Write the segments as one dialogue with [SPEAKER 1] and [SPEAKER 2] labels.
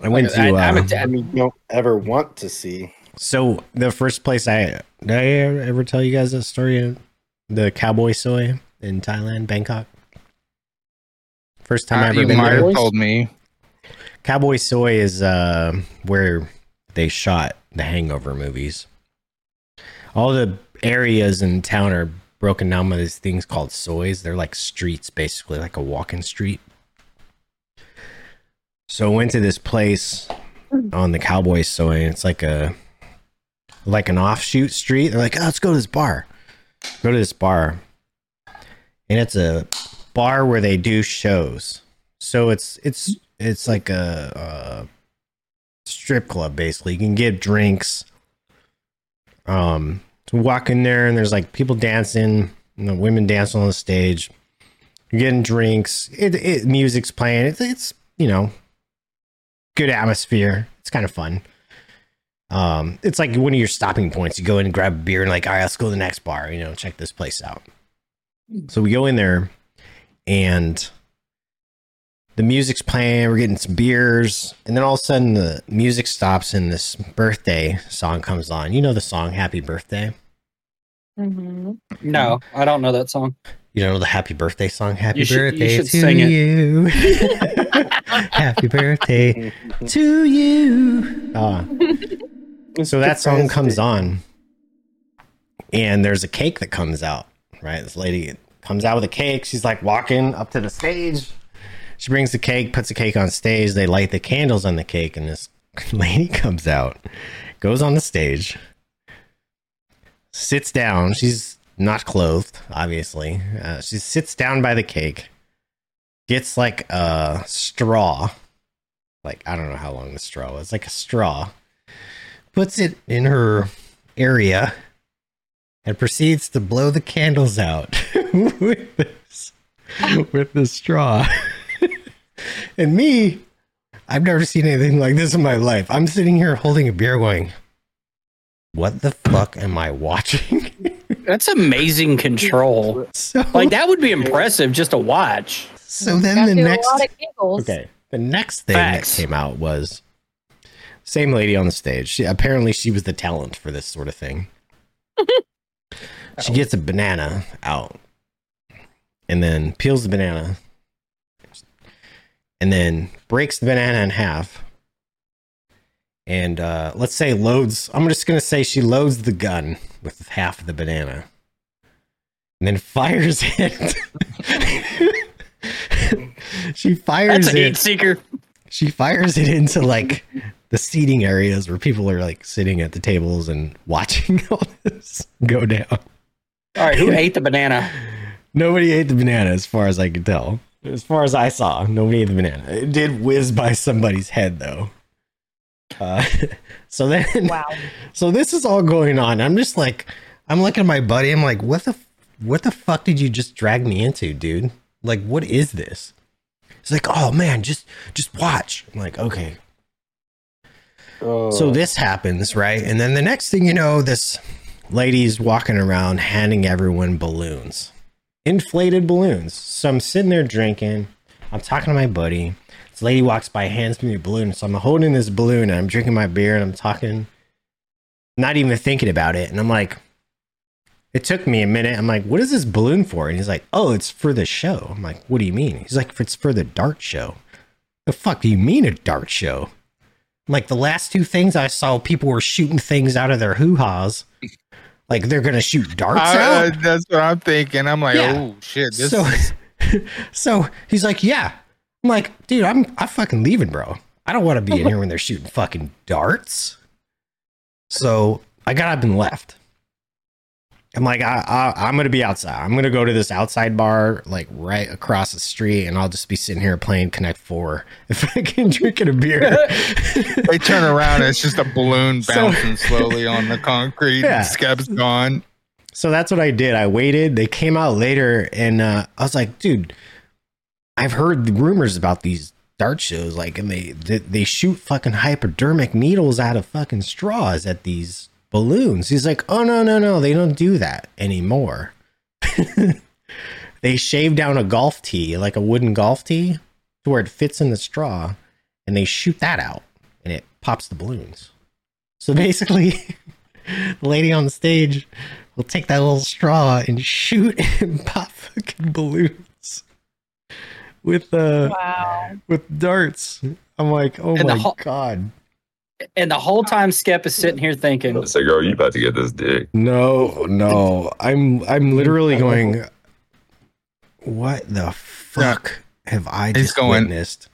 [SPEAKER 1] I went to.
[SPEAKER 2] I,
[SPEAKER 1] Uh,
[SPEAKER 2] I'm a, I
[SPEAKER 3] I mean, you don't ever want to see.
[SPEAKER 1] so the first place I did I ever tell you guys that story? The cowboy soy in Thailand, Bangkok. First time I
[SPEAKER 4] Uh,
[SPEAKER 1] ever
[SPEAKER 4] you
[SPEAKER 1] been
[SPEAKER 4] might
[SPEAKER 1] there.
[SPEAKER 4] have told me.
[SPEAKER 1] Cowboy Soy is uh, where they shot the Hangover movies. All the areas in town are broken down by these things called soys. They're like streets, basically, like a walking street. So I went to this place on the Cowboy Soy, and it's like a like an offshoot street. They're like, oh, let's go to this bar. Go to this bar, and it's a bar where they do shows. So it's it's it's like a, a strip club basically. You can get drinks. Um, so walk in there and there's like people dancing, you know, women dancing on the stage. You're getting drinks. It, it music's playing. It's it's you know good atmosphere. It's kind of fun. Um, it's like one of your stopping points. You go in and grab a beer and like, all right, let's go to the next bar. You know, check this place out. So we go in there, and the music's playing, we're getting some beers, and then all of a sudden the music stops and this birthday song comes on. You know the song Happy Birthday?
[SPEAKER 5] Mm-hmm.
[SPEAKER 2] no, I don't know that song.
[SPEAKER 1] You know the Happy Birthday song? Happy
[SPEAKER 2] You should- you
[SPEAKER 1] birthday
[SPEAKER 2] should
[SPEAKER 1] to
[SPEAKER 2] sing it.
[SPEAKER 1] you. Happy birthday to you. Ah. so that song comes on and there's a cake that comes out right this lady comes out with a cake she's like walking up to the stage she brings the cake puts the cake on stage they light the candles on the cake and this lady comes out goes on the stage sits down she's not clothed obviously uh, she sits down by the cake gets like a straw like i don't know how long the straw was like a straw puts it in her area and proceeds to blow the candles out with this with the straw. and me, I've never seen anything like this in my life. I'm sitting here holding a beer going, what the fuck am I watching?
[SPEAKER 2] That's amazing control.
[SPEAKER 1] so
[SPEAKER 2] Like that would be impressive just to watch.
[SPEAKER 1] so then the next
[SPEAKER 5] a lot of giggles.
[SPEAKER 1] Okay. The next thing
[SPEAKER 2] Facts.
[SPEAKER 1] that came out was same lady on the stage. She, apparently, she was the talent for this sort of thing. she gets a banana out and then peels the banana and then breaks the banana in half. And uh, let's say loads, I'm just going to say she loads the gun with half of the banana and then fires it. she fires
[SPEAKER 2] That's a
[SPEAKER 1] it
[SPEAKER 2] heat seeker.
[SPEAKER 1] she fires it into like the seating areas where people are like sitting at the tables and watching all this go down.
[SPEAKER 2] All right, who ate the banana?
[SPEAKER 1] Nobody ate the banana, as far as I could tell. As far as I saw, nobody ate the banana. It did whiz by somebody's head, though. Uh, so then,
[SPEAKER 5] Wow.
[SPEAKER 1] so this is all going on. I'm just like, I'm looking at my buddy. I'm like, what the, f- what the fuck did you just drag me into, dude? Like, what is this? He's like, oh man, just, just watch. I'm like, okay,
[SPEAKER 3] Oh,
[SPEAKER 1] So this happens, right? And then the next thing you know, this lady's walking around handing everyone balloons, inflated balloons. So I'm sitting there drinking. I'm talking to my buddy. This lady walks by, hands me a balloon. So I'm holding this balloon and I'm drinking my beer and I'm talking, not even thinking about it. And I'm like, it took me a minute. I'm like, what is this balloon for? And he's like, oh, it's for the show. I'm like, what do you mean? He's like, it's for the dart show. The fuck do you mean a dart show? Like the last two things I saw, people were shooting things out of their hoo ha's. Like they're gonna shoot darts
[SPEAKER 4] I-
[SPEAKER 1] out.
[SPEAKER 4] uh, that's what I'm thinking. I'm like,
[SPEAKER 1] Yeah.
[SPEAKER 4] oh shit, this
[SPEAKER 1] so,
[SPEAKER 4] is
[SPEAKER 1] so he's like, yeah. I'm like, dude, I'm I fucking leaving, bro. I don't want to be in here when they're shooting fucking darts. So I got up and left. I'm like, I, I I'm gonna be outside. I'm gonna go to this outside bar, like right across the street, and I'll just be sitting here playing Connect Four, if I can drinking a beer.
[SPEAKER 4] they turn around and it's just a balloon
[SPEAKER 1] So-
[SPEAKER 4] bouncing slowly on the concrete
[SPEAKER 1] Yeah.
[SPEAKER 4] and Skeb's gone.
[SPEAKER 1] So that's what I did. I waited. They came out later, and uh, I was like, dude, I've heard the rumors about these dart shows. Like, and they, they they shoot fucking hypodermic needles out of fucking straws at these balloons. He's like, oh no no no, they don't do that anymore. they shave down a golf tee, like a wooden golf tee, to where it fits in the straw, and they shoot that out. and it pops the balloons. So basically, the lady on the stage will take that little straw and shoot and pop fucking balloons with uh
[SPEAKER 5] Wow.
[SPEAKER 1] with darts. I'm like, oh
[SPEAKER 2] And the
[SPEAKER 1] my
[SPEAKER 2] ho-
[SPEAKER 1] god,
[SPEAKER 2] And the whole time Skep is sitting here thinking,
[SPEAKER 6] It's like, oh, you about to get this dick.
[SPEAKER 1] no, no, I'm I'm literally going, what the fuck have I
[SPEAKER 4] He's
[SPEAKER 1] just
[SPEAKER 4] going-
[SPEAKER 1] witnessed?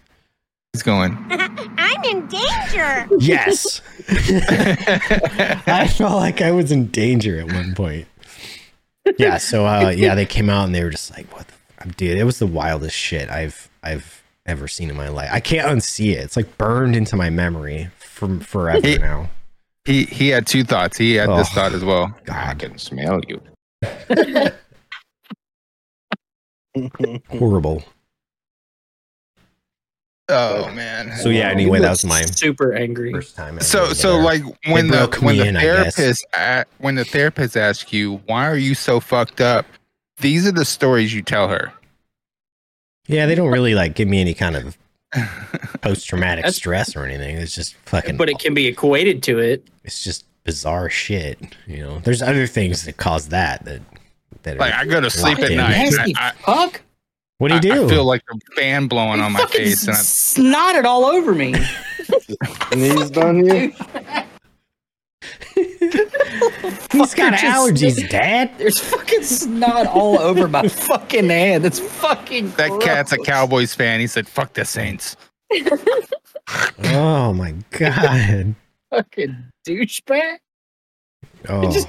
[SPEAKER 4] It's going.
[SPEAKER 7] I'm in danger.
[SPEAKER 1] Yes. I felt like I was in danger at one point. Yeah, so uh yeah, they came out and they were just like, "What, the, dude? It was the wildest shit I've I've ever seen in my life. I can't unsee it. It's like burned into my memory from forever
[SPEAKER 4] It-
[SPEAKER 1] now."
[SPEAKER 4] he he had two thoughts. He had this
[SPEAKER 1] Oh.
[SPEAKER 4] thought as well.
[SPEAKER 3] I
[SPEAKER 1] God,
[SPEAKER 3] can smell you.
[SPEAKER 1] horrible.
[SPEAKER 4] Oh man.
[SPEAKER 1] So yeah, anyway, that was my
[SPEAKER 2] super angry.
[SPEAKER 1] first time.
[SPEAKER 4] So so like when
[SPEAKER 1] It
[SPEAKER 4] the
[SPEAKER 1] broke
[SPEAKER 4] when
[SPEAKER 1] me
[SPEAKER 4] the
[SPEAKER 1] in, I guess.
[SPEAKER 4] therapist a- when the therapist asks you why are you so fucked up, these are the stories you tell her.
[SPEAKER 1] yeah, they don't really like give me any kind of post traumatic stress or anything. It's just fucking
[SPEAKER 2] But it can be equated to it.
[SPEAKER 1] it's just bizarre shit, you know. There's other things that cause that that that
[SPEAKER 4] like
[SPEAKER 1] are,
[SPEAKER 4] I go to sleep
[SPEAKER 1] Locked
[SPEAKER 4] at
[SPEAKER 1] in.
[SPEAKER 4] night. I,
[SPEAKER 2] Nasty
[SPEAKER 4] I,
[SPEAKER 2] fuck.
[SPEAKER 1] What do you
[SPEAKER 4] I-
[SPEAKER 1] do?
[SPEAKER 4] I feel like a fan blowing on my
[SPEAKER 2] fucking
[SPEAKER 4] face, and I,
[SPEAKER 2] snotted all over me.
[SPEAKER 3] Knees on you?
[SPEAKER 1] He's got
[SPEAKER 2] Fucker just-
[SPEAKER 1] allergies, Dad.
[SPEAKER 2] There's fucking snot all over my fucking hand. It's fucking
[SPEAKER 4] that cat's a
[SPEAKER 2] gross.
[SPEAKER 4] Cowboys fan. He said, "Fuck the Saints."
[SPEAKER 1] Oh my god.
[SPEAKER 2] Fucking douchebag.
[SPEAKER 1] Oh,
[SPEAKER 2] just-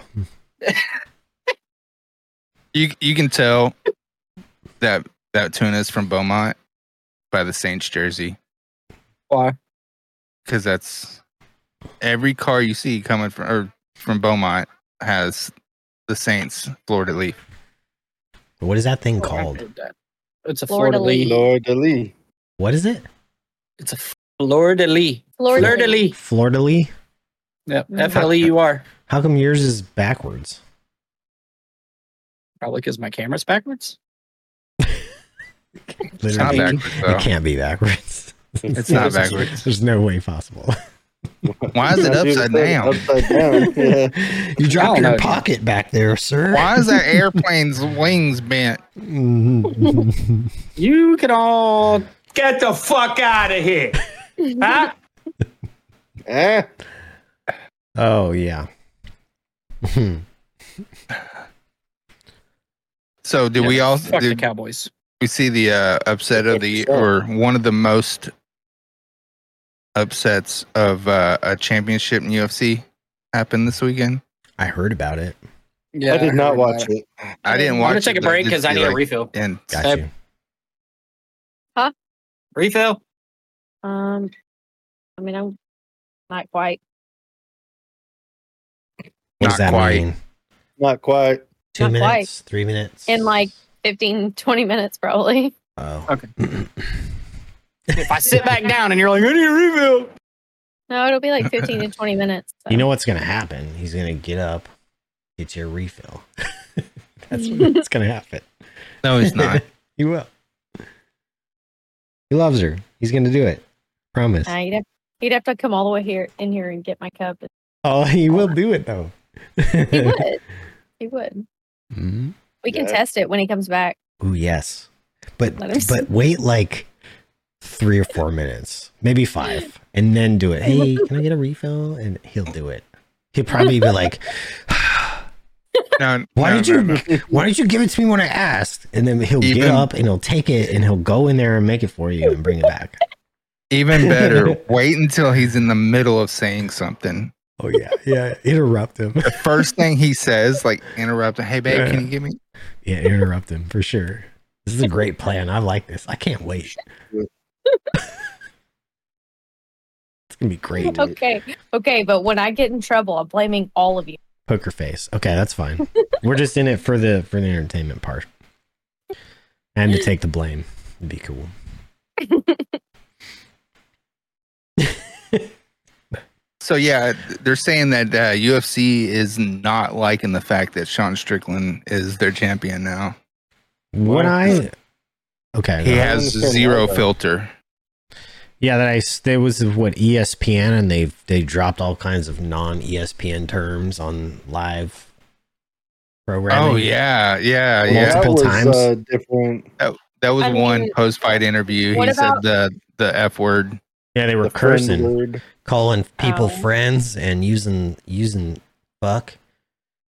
[SPEAKER 4] You you can tell that that tuna's from Beaumont by the Saints jersey
[SPEAKER 2] Why?
[SPEAKER 4] because that's every car you see coming from or from Beaumont has the Saints Florida leaf.
[SPEAKER 1] Oh. what is that thing called?
[SPEAKER 2] It's a
[SPEAKER 5] Fleur de
[SPEAKER 2] Florida Lee.
[SPEAKER 5] lis.
[SPEAKER 3] Lord Ali.
[SPEAKER 1] What is it?
[SPEAKER 2] It's a Florida Lee.
[SPEAKER 5] Fleur de
[SPEAKER 2] Florida
[SPEAKER 5] lis.
[SPEAKER 2] Lee.
[SPEAKER 1] Florida Lee?
[SPEAKER 2] Yep.
[SPEAKER 5] Mm.
[SPEAKER 2] F L E U R.
[SPEAKER 1] How come yours is backwards?
[SPEAKER 2] Probably because my camera's backwards.
[SPEAKER 4] It's not
[SPEAKER 1] Literally,
[SPEAKER 4] backwards
[SPEAKER 1] It
[SPEAKER 4] though.
[SPEAKER 1] can't be backwards.
[SPEAKER 4] It's not backwards.
[SPEAKER 1] There's no way possible.
[SPEAKER 4] Why is it
[SPEAKER 3] Dude, it's
[SPEAKER 4] upside down?
[SPEAKER 3] Upside down. Yeah.
[SPEAKER 1] You dropped
[SPEAKER 2] don't
[SPEAKER 1] your
[SPEAKER 2] know.
[SPEAKER 1] pocket back there, sir.
[SPEAKER 4] Why is that airplane's wings bent?
[SPEAKER 1] Mhm.
[SPEAKER 2] You can all
[SPEAKER 8] Get the fuck out of here.
[SPEAKER 2] Ah.
[SPEAKER 8] Huh?
[SPEAKER 3] Eh?
[SPEAKER 1] oh yeah. Hmm.
[SPEAKER 4] So do
[SPEAKER 2] Yeah,
[SPEAKER 4] we all
[SPEAKER 2] fuck
[SPEAKER 4] do,
[SPEAKER 2] the Cowboys.
[SPEAKER 4] we see the uh, upset of the
[SPEAKER 3] Upset.
[SPEAKER 4] or one of the most upsets of uh, a championship in UFC happen this weekend.
[SPEAKER 1] I heard about it.
[SPEAKER 2] Yeah,
[SPEAKER 3] I did not watch it.
[SPEAKER 4] I didn't
[SPEAKER 2] I'm
[SPEAKER 4] watch.
[SPEAKER 2] gonna take a
[SPEAKER 4] it, but I
[SPEAKER 2] break
[SPEAKER 4] did
[SPEAKER 2] because I
[SPEAKER 4] see,
[SPEAKER 2] need a
[SPEAKER 4] like,
[SPEAKER 2] refill.
[SPEAKER 4] And
[SPEAKER 1] Got
[SPEAKER 2] Sep-
[SPEAKER 1] you.
[SPEAKER 2] Refill.
[SPEAKER 5] Um, I mean, I'm not quite.
[SPEAKER 1] What
[SPEAKER 4] Not
[SPEAKER 1] does that
[SPEAKER 4] quite.
[SPEAKER 1] mean?
[SPEAKER 3] Not quite.
[SPEAKER 1] Two
[SPEAKER 5] Not
[SPEAKER 1] minutes?
[SPEAKER 5] quite.
[SPEAKER 1] Three minutes?
[SPEAKER 5] In like 15, 20 minutes, probably.
[SPEAKER 1] oh.
[SPEAKER 2] If I sit back down and you're like, I need a refill.
[SPEAKER 5] No, it'll be like 15 to 20 minutes. so.
[SPEAKER 1] You know what's gonna happen? He's gonna get up, get you a refill. That's what's gonna happen.
[SPEAKER 4] no, it's not.
[SPEAKER 1] he will. He loves her. He's gonna do it. Promise.
[SPEAKER 5] Nah, you'd, have, you'd have to come all the way here in here and get my cup.
[SPEAKER 1] oh, he will do it though.
[SPEAKER 5] He would. he would.
[SPEAKER 1] Mhm.
[SPEAKER 5] We can
[SPEAKER 3] Yeah.
[SPEAKER 5] test it when he comes back.
[SPEAKER 1] Ooh, yes. But
[SPEAKER 5] Let him see.
[SPEAKER 1] but wait like three or four minutes, maybe five, and then do it. Hey, can I get a refill? And he'll do it. He'll probably be like,
[SPEAKER 4] No,
[SPEAKER 1] Why
[SPEAKER 4] no,
[SPEAKER 1] did
[SPEAKER 4] no,
[SPEAKER 1] you
[SPEAKER 4] no.
[SPEAKER 1] why did you give it to me when I asked? And then he'll get
[SPEAKER 4] Even-
[SPEAKER 1] up and he'll take it and he'll go in there and make it for you and bring it back.
[SPEAKER 4] Even better, wait until he's in the middle of saying something.
[SPEAKER 1] Oh yeah, yeah. Interrupt him.
[SPEAKER 4] The first thing he says, like interrupt. Hey, babe,
[SPEAKER 1] Yeah.
[SPEAKER 4] can you give me?
[SPEAKER 1] Yeah, interrupt him for sure. This is a great plan. I like this. I can't wait. it's gonna be great.
[SPEAKER 5] Okay. Okay. But when I get in trouble, I'm blaming all of you.
[SPEAKER 1] Poker face. Okay, that's fine. We're just in it for the for the entertainment part. And to take the blame. It'd be cool.
[SPEAKER 4] So yeah, they're saying that uh, UFC is not liking the fact that Sean Strickland is their champion now.
[SPEAKER 1] What I Okay.
[SPEAKER 4] He
[SPEAKER 1] no.
[SPEAKER 4] has
[SPEAKER 3] understand
[SPEAKER 4] zero
[SPEAKER 3] why, though.
[SPEAKER 4] filter.
[SPEAKER 1] Yeah, that I s- there was what E ESPN and they they dropped all kinds of non ESPN terms on live programming.
[SPEAKER 4] Oh yeah, yeah,
[SPEAKER 1] Oh, Multiple
[SPEAKER 4] yeah.
[SPEAKER 3] that was,
[SPEAKER 1] times.
[SPEAKER 3] Uh, different.
[SPEAKER 4] That was
[SPEAKER 5] I
[SPEAKER 4] one
[SPEAKER 5] mean,
[SPEAKER 4] post fight interview. He
[SPEAKER 5] what
[SPEAKER 4] said
[SPEAKER 5] about-
[SPEAKER 4] the the f word.
[SPEAKER 1] yeah, they were
[SPEAKER 3] the friend
[SPEAKER 1] cursing,
[SPEAKER 3] word.
[SPEAKER 1] calling people
[SPEAKER 5] Oh.
[SPEAKER 1] friends, and using using fuck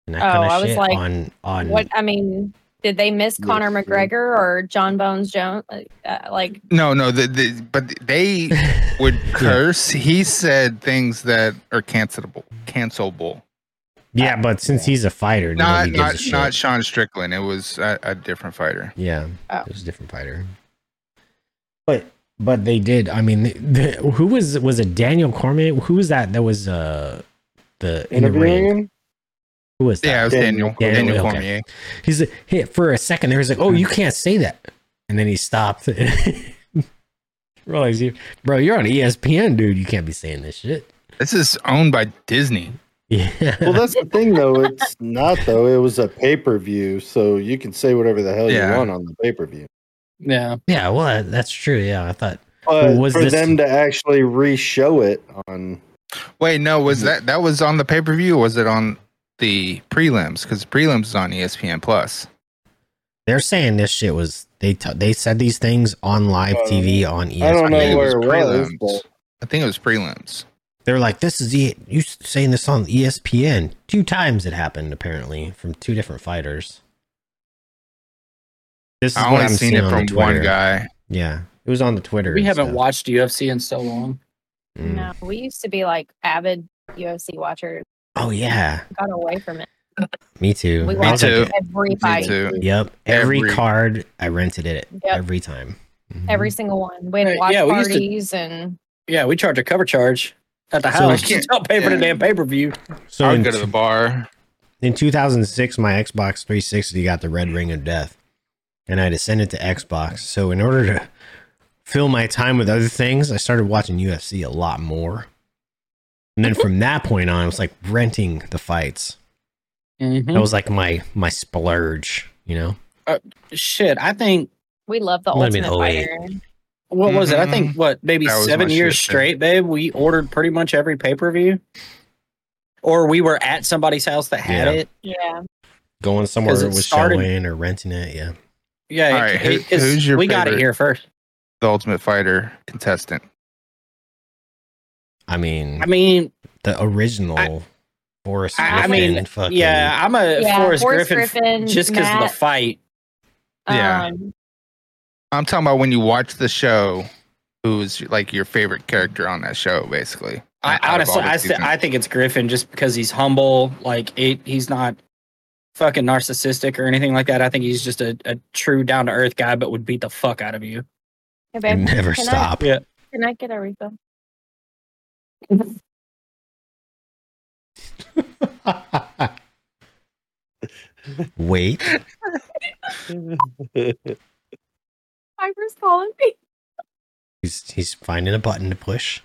[SPEAKER 1] and that
[SPEAKER 5] Oh,
[SPEAKER 1] kind of
[SPEAKER 5] I was
[SPEAKER 1] shit
[SPEAKER 5] like,
[SPEAKER 1] on on.
[SPEAKER 5] What I mean, did they miss
[SPEAKER 3] Yeah,
[SPEAKER 5] Conor
[SPEAKER 3] sure.
[SPEAKER 5] McGregor or John Bones Jones? Like, Uh, like
[SPEAKER 4] No, no. The, the, but they would curse. He said things that are cancelable. Cancelable.
[SPEAKER 1] yeah, but since he's a fighter,
[SPEAKER 4] Not
[SPEAKER 1] nobody gives a
[SPEAKER 4] not
[SPEAKER 1] shit.
[SPEAKER 4] not Sean Strickland. It was a, a different fighter.
[SPEAKER 1] Yeah,
[SPEAKER 5] Oh.
[SPEAKER 1] it was a different fighter. But but they did. I mean, th the, who was was it? Daniel Cormier? Who was that? That was uh the in the
[SPEAKER 3] Interviewing
[SPEAKER 1] ring.
[SPEAKER 3] him?
[SPEAKER 1] Who was that?
[SPEAKER 4] Yeah, it was
[SPEAKER 3] Daniel-
[SPEAKER 4] Daniel Daniel,
[SPEAKER 1] Daniel, okay.
[SPEAKER 4] Cormier.
[SPEAKER 1] He's like, hey, for a second there, he's like, oh, you can't say that, and then he stopped. Realize you, bro, you're on E ESPN, dude. You can't be saying this shit.
[SPEAKER 4] This is owned by Disney.
[SPEAKER 1] Yeah.
[SPEAKER 3] Well, that's the thing, though. It's not though. It was a pay per view, so you can say whatever the hell
[SPEAKER 4] Yeah.
[SPEAKER 3] you want on the pay per view.
[SPEAKER 2] Yeah.
[SPEAKER 1] yeah. Well, that- that's true. Yeah, I thought.
[SPEAKER 3] But
[SPEAKER 1] was
[SPEAKER 3] for
[SPEAKER 1] this-
[SPEAKER 3] them to actually re-show it on,
[SPEAKER 4] Wait, no, was
[SPEAKER 1] Mm-hmm.
[SPEAKER 4] that that was on the pay per view? or Was it on the prelims? Because prelims is on E ESPN Plus.
[SPEAKER 1] They're saying this shit was they t- they said these things on live
[SPEAKER 3] Uh,
[SPEAKER 1] TV on E ESPN.
[SPEAKER 3] I don't know
[SPEAKER 4] I think
[SPEAKER 3] where
[SPEAKER 4] it
[SPEAKER 3] it
[SPEAKER 4] was
[SPEAKER 3] was,
[SPEAKER 4] prelims.
[SPEAKER 3] but
[SPEAKER 4] I think it was prelims.
[SPEAKER 1] They're like, this is the you saying this on E ESPN. Two times it happened apparently from two different fighters. This is
[SPEAKER 4] I
[SPEAKER 1] what
[SPEAKER 4] only
[SPEAKER 1] I'm
[SPEAKER 4] seen
[SPEAKER 1] seeing
[SPEAKER 4] it
[SPEAKER 1] on
[SPEAKER 4] from
[SPEAKER 1] the
[SPEAKER 4] one
[SPEAKER 1] Twitter.
[SPEAKER 4] guy.
[SPEAKER 1] Yeah, it was on the Twitter.
[SPEAKER 2] We
[SPEAKER 1] and
[SPEAKER 2] haven't
[SPEAKER 1] stuff.
[SPEAKER 2] watched UFC in so long.
[SPEAKER 1] Mm.
[SPEAKER 5] no, we used to be like avid UFC watchers.
[SPEAKER 1] Oh yeah,
[SPEAKER 5] Got away from it.
[SPEAKER 1] me too.
[SPEAKER 5] We
[SPEAKER 1] I
[SPEAKER 5] watched
[SPEAKER 1] was like,
[SPEAKER 4] too.
[SPEAKER 5] every
[SPEAKER 4] Me
[SPEAKER 5] fight,
[SPEAKER 4] too.
[SPEAKER 1] Yep, every,
[SPEAKER 4] Every-
[SPEAKER 1] card I rented it
[SPEAKER 5] Yep. Mm-hmm.
[SPEAKER 1] every time. Mhm.
[SPEAKER 5] every single one. We had
[SPEAKER 2] Right,
[SPEAKER 5] watch
[SPEAKER 2] yeah, we used to-
[SPEAKER 5] parties and
[SPEAKER 2] Yeah, we charge a cover charge at the
[SPEAKER 1] So
[SPEAKER 2] house.
[SPEAKER 4] I
[SPEAKER 2] You
[SPEAKER 4] can't-
[SPEAKER 2] don't pay for the
[SPEAKER 4] yeah.
[SPEAKER 2] damn pay per view.
[SPEAKER 1] so
[SPEAKER 4] I
[SPEAKER 1] in,
[SPEAKER 4] would go to the bar.
[SPEAKER 1] in 2006, my Xbox 360 got the red ring of death, and I descended to Xbox. So in order to fill my time with other things, I started watching UFC a lot more. And then from that point on, I was like renting the fights. That was like my my splurge, you know.
[SPEAKER 2] Shit, I think
[SPEAKER 5] we loved the
[SPEAKER 1] Might have been
[SPEAKER 5] Ultimate
[SPEAKER 1] 08.
[SPEAKER 5] Fighter.
[SPEAKER 2] what was it? I
[SPEAKER 4] Mhm.
[SPEAKER 2] think what maybe
[SPEAKER 4] That was
[SPEAKER 2] seven
[SPEAKER 4] my
[SPEAKER 2] years
[SPEAKER 4] shit, too.
[SPEAKER 2] straight, babe. We ordered pretty much every pay per view, or we were at somebody's house that had
[SPEAKER 1] Yeah.
[SPEAKER 2] it.
[SPEAKER 5] Yeah,
[SPEAKER 1] Going somewhere
[SPEAKER 2] 'Cause it
[SPEAKER 1] it was
[SPEAKER 2] started-
[SPEAKER 1] showing or renting it, yeah.
[SPEAKER 2] Yeah,
[SPEAKER 4] All right, who-
[SPEAKER 2] 'cause
[SPEAKER 4] who's your
[SPEAKER 2] we got it
[SPEAKER 4] favorite?
[SPEAKER 2] here first.
[SPEAKER 4] The Ultimate Fighter contestant.
[SPEAKER 1] I mean,
[SPEAKER 2] I mean,
[SPEAKER 1] the original Forrest
[SPEAKER 2] I- I
[SPEAKER 1] Griffin,
[SPEAKER 2] mean,
[SPEAKER 1] fucking
[SPEAKER 2] yeah, I'm a
[SPEAKER 5] yeah.
[SPEAKER 2] Forrest,
[SPEAKER 5] Forrest
[SPEAKER 2] Griffin,
[SPEAKER 5] Griffin,
[SPEAKER 2] just because of the
[SPEAKER 5] Matt,
[SPEAKER 2] fight.
[SPEAKER 4] yeah.
[SPEAKER 5] um,
[SPEAKER 4] I'm talking about when you watch the show. Who's like your favorite character on that show? Basically,
[SPEAKER 2] I
[SPEAKER 4] Out of all
[SPEAKER 2] honestly,
[SPEAKER 4] the
[SPEAKER 2] I, th-
[SPEAKER 4] seasons.
[SPEAKER 2] I think it's Griffin just because he's humble. Like it, he's not fucking narcissistic or anything like that. I think he's just a, a true down to earth guy, but would beat the fuck out of you.
[SPEAKER 5] hey, babe,
[SPEAKER 1] and never
[SPEAKER 5] can I-
[SPEAKER 1] stop.
[SPEAKER 2] Yeah.
[SPEAKER 5] Can I get a refill?
[SPEAKER 1] Wait,
[SPEAKER 5] Piper's calling me.
[SPEAKER 1] he's he's finding a button to push.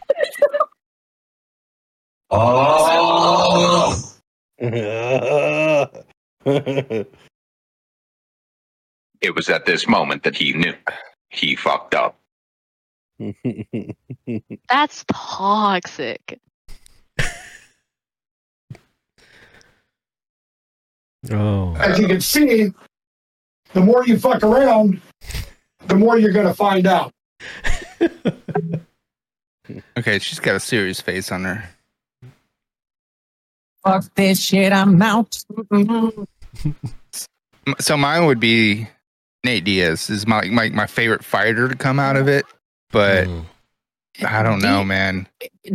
[SPEAKER 6] It was at this moment that he knew he fucked up.
[SPEAKER 9] That's toxic.
[SPEAKER 1] Oh,
[SPEAKER 10] as you can see, the more you fuck around, the more you're going to find out.
[SPEAKER 4] okay, she's got a serious face on her.
[SPEAKER 11] Fuck this shit, I'm out.
[SPEAKER 4] M- So mine would be Nate Diaz is my my, my favorite fighter to come out of it, but
[SPEAKER 1] Mm.
[SPEAKER 4] I don't know, man.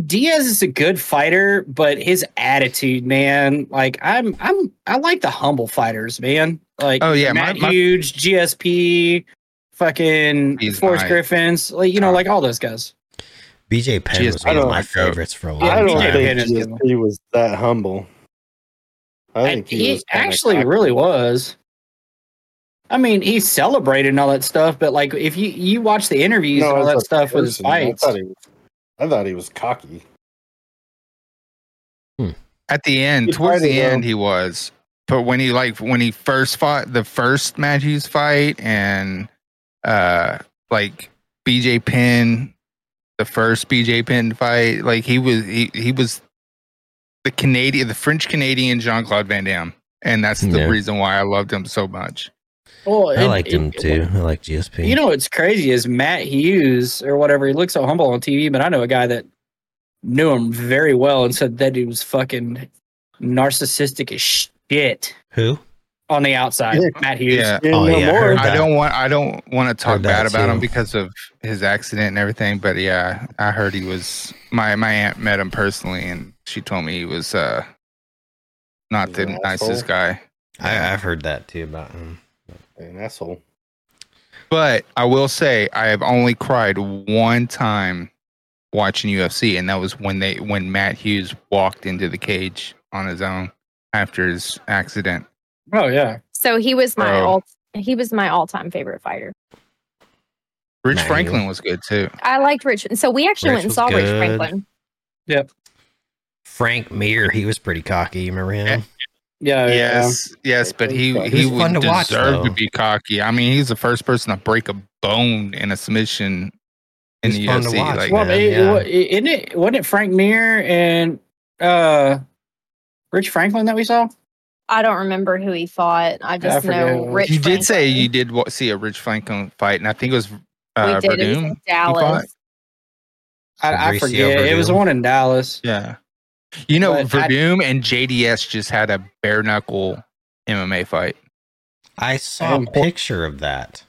[SPEAKER 2] Diaz is a good fighter, but his attitude, man. Like I'm, I'm, I like the humble fighters, man. Like
[SPEAKER 4] Oh, yeah,
[SPEAKER 2] Matt
[SPEAKER 4] my- my-
[SPEAKER 2] Huge, GSP, fucking
[SPEAKER 4] He's
[SPEAKER 2] Forrest
[SPEAKER 4] nice.
[SPEAKER 2] Griffins, like you know, like all those guys.
[SPEAKER 1] BJ Penn
[SPEAKER 4] Jeez,
[SPEAKER 1] was
[SPEAKER 3] I
[SPEAKER 1] one of
[SPEAKER 3] don't
[SPEAKER 1] my
[SPEAKER 4] like that.
[SPEAKER 1] favorites for a long
[SPEAKER 3] I don't
[SPEAKER 1] time.
[SPEAKER 2] Yeah.
[SPEAKER 3] think he was that humble. I
[SPEAKER 2] I-
[SPEAKER 3] think he,
[SPEAKER 2] he
[SPEAKER 3] was kinda
[SPEAKER 2] actually
[SPEAKER 3] cocky.
[SPEAKER 2] really was. I mean, he celebrated and all that stuff, but like if you you watch the interviews and all
[SPEAKER 3] as
[SPEAKER 2] that
[SPEAKER 3] a
[SPEAKER 2] stuff with his
[SPEAKER 3] person, I
[SPEAKER 2] fights,
[SPEAKER 3] thought he was- I thought he was cocky.
[SPEAKER 4] At the end,
[SPEAKER 3] Good
[SPEAKER 4] towards
[SPEAKER 3] fighter,
[SPEAKER 4] the
[SPEAKER 3] though.
[SPEAKER 4] end, he was. But when he like when he first fought the first Matt Hughes fight and uh like BJ Penn the first BJ Penn fight. Like he was he, he was the Canadian the French Canadian Jean Claude Van Damme. And that's the
[SPEAKER 1] Yeah.
[SPEAKER 4] reason why I loved him so much.
[SPEAKER 2] Well,
[SPEAKER 1] I
[SPEAKER 2] it-
[SPEAKER 1] liked
[SPEAKER 2] it-
[SPEAKER 1] him too. I like GSP.
[SPEAKER 2] You know what's crazy is Matt Hughes or whatever. He looks so humble on TV, but I know a guy that knew him very well and said that dude was fucking narcissistic as shit
[SPEAKER 1] who?
[SPEAKER 2] on the outside.
[SPEAKER 3] Yeah.
[SPEAKER 2] Matt Hughes.
[SPEAKER 4] Yeah.
[SPEAKER 3] Yeah,
[SPEAKER 1] Oh,
[SPEAKER 3] no
[SPEAKER 1] yeah, I
[SPEAKER 3] more.
[SPEAKER 1] heard
[SPEAKER 4] I
[SPEAKER 1] that.
[SPEAKER 4] don't want I don't want to talk
[SPEAKER 1] Heard that
[SPEAKER 4] bad about him
[SPEAKER 1] too.
[SPEAKER 4] because of his accident and everything, but yeah, I heard he was my my aunt met him personally and she told me he was uh not the
[SPEAKER 3] He's an
[SPEAKER 4] nicest
[SPEAKER 3] asshole.
[SPEAKER 4] guy.
[SPEAKER 1] I, I've heard that too about him.
[SPEAKER 3] An asshole.
[SPEAKER 4] But I will say I have only cried one time watching UFC, and that was when they when Matt Hughes walked into the cage on his own after his accident.
[SPEAKER 2] Oh yeah.
[SPEAKER 12] So he was my
[SPEAKER 4] Bro.
[SPEAKER 12] all he was my all time favorite fighter.
[SPEAKER 4] Rich
[SPEAKER 1] Matt
[SPEAKER 4] Franklin
[SPEAKER 1] Hughes.
[SPEAKER 4] was good too.
[SPEAKER 12] I liked Rich. and So we actually
[SPEAKER 1] Rich
[SPEAKER 12] went and
[SPEAKER 1] was
[SPEAKER 12] saw Rich
[SPEAKER 1] good.
[SPEAKER 12] Franklin.
[SPEAKER 2] Yep.
[SPEAKER 1] Frank Mir, he was pretty cocky. You remember him?
[SPEAKER 4] Oh,
[SPEAKER 2] Yeah. yeah,
[SPEAKER 4] Yes, yes, but he
[SPEAKER 3] He
[SPEAKER 4] he
[SPEAKER 1] was fun
[SPEAKER 4] would
[SPEAKER 1] to watch,
[SPEAKER 4] deserve
[SPEAKER 1] though.
[SPEAKER 4] to be cocky. I mean, he's the first person to break a bone in a submission in
[SPEAKER 1] He's
[SPEAKER 4] the
[SPEAKER 1] fun to
[SPEAKER 4] UFC.
[SPEAKER 1] watch, man.
[SPEAKER 4] Like,
[SPEAKER 2] Well, it,
[SPEAKER 1] yeah.
[SPEAKER 2] wa- it- isn't it? Wasn't it Frank Mir and uh, Rich Franklin that we saw?
[SPEAKER 12] I don't remember who he fought. I just
[SPEAKER 2] forget
[SPEAKER 12] know
[SPEAKER 2] who-
[SPEAKER 12] Rich.
[SPEAKER 4] you did say
[SPEAKER 12] Franklin.
[SPEAKER 4] you did wa- see a Rich Franklin fight, and I think it was uh,
[SPEAKER 12] we did. It was
[SPEAKER 4] Verdum.
[SPEAKER 12] in
[SPEAKER 4] fought?
[SPEAKER 12] Dallas.
[SPEAKER 2] I, I
[SPEAKER 1] Fabricio
[SPEAKER 2] forget. It was the
[SPEAKER 1] Verdum.
[SPEAKER 2] one in Dallas.
[SPEAKER 4] Yeah. You know,
[SPEAKER 2] But I-
[SPEAKER 4] Verdum and JDS just had a bare knuckle MMA fight.
[SPEAKER 1] I saw a
[SPEAKER 2] Damn.
[SPEAKER 1] picture of that.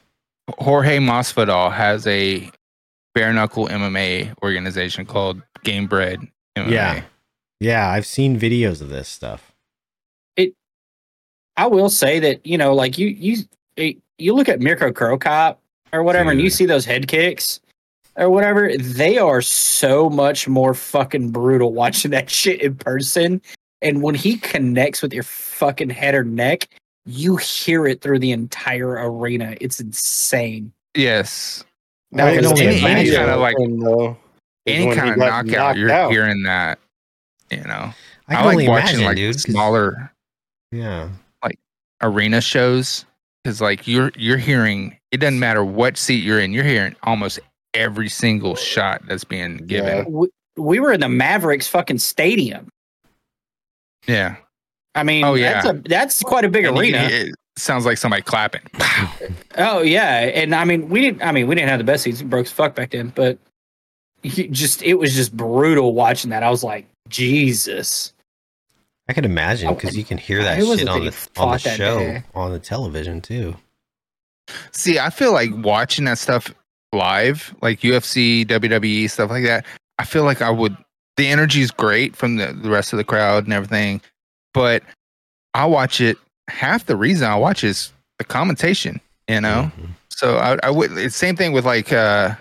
[SPEAKER 4] Jorge Masvidal has a bare knuckle MMA organization called Game Bread MMA.
[SPEAKER 1] Yeah. Yeah, I've seen videos of this stuff.
[SPEAKER 2] I will say that you know, like you you you look at Mirko Krokop or whatever, and you
[SPEAKER 1] Dude.
[SPEAKER 2] see those head kicks or whatever. They are so much more fucking brutal watching that shit in person. And when he connects with your fucking head or neck, you hear it through the entire arena. It's insane.
[SPEAKER 4] Yes.
[SPEAKER 2] That
[SPEAKER 3] I
[SPEAKER 2] was
[SPEAKER 3] don't
[SPEAKER 2] any-
[SPEAKER 3] think
[SPEAKER 2] any
[SPEAKER 3] video
[SPEAKER 4] kinda, like-
[SPEAKER 3] him, though, is
[SPEAKER 4] Any
[SPEAKER 3] when he
[SPEAKER 4] kind of
[SPEAKER 3] got
[SPEAKER 4] knockout,
[SPEAKER 3] knocked
[SPEAKER 4] you're
[SPEAKER 3] out.
[SPEAKER 4] hearing that. You know,
[SPEAKER 1] I can
[SPEAKER 4] like
[SPEAKER 1] only
[SPEAKER 4] watching
[SPEAKER 1] imagine,
[SPEAKER 4] like
[SPEAKER 1] dude. 'cause-
[SPEAKER 4] smaller
[SPEAKER 1] Yeah.
[SPEAKER 4] arena shows because, like, you're you're hearing. It doesn't matter what seat you're in. You're hearing almost every single shot that's being given.
[SPEAKER 2] We, we were in the Mavericks fucking stadium.
[SPEAKER 4] Yeah.
[SPEAKER 2] I mean,
[SPEAKER 4] Oh,
[SPEAKER 2] that's a that's quite a big
[SPEAKER 4] And you-
[SPEAKER 2] arena.
[SPEAKER 4] it sounds like somebody clapping.
[SPEAKER 2] Oh yeah, and I mean we didn't. I mean we didn't have the best seats. It broke as fuck back then, but you just it was just brutal watching that. I was like, Jesus.
[SPEAKER 1] I could imagine because you can hear that
[SPEAKER 2] It was
[SPEAKER 1] shit
[SPEAKER 2] a
[SPEAKER 1] on
[SPEAKER 2] big
[SPEAKER 1] the on the
[SPEAKER 2] fuck that
[SPEAKER 1] show
[SPEAKER 2] day.
[SPEAKER 1] on the television too.
[SPEAKER 4] See, I feel like watching that stuff live, like UFC, WWE, E, stuff like that. I feel like I would. The energy's great from the, the rest of the crowd and everything, but I watch it. Half the reason I watch is the commentation, you know.
[SPEAKER 1] Mhm.
[SPEAKER 4] So I, I would. It's same thing with like uh,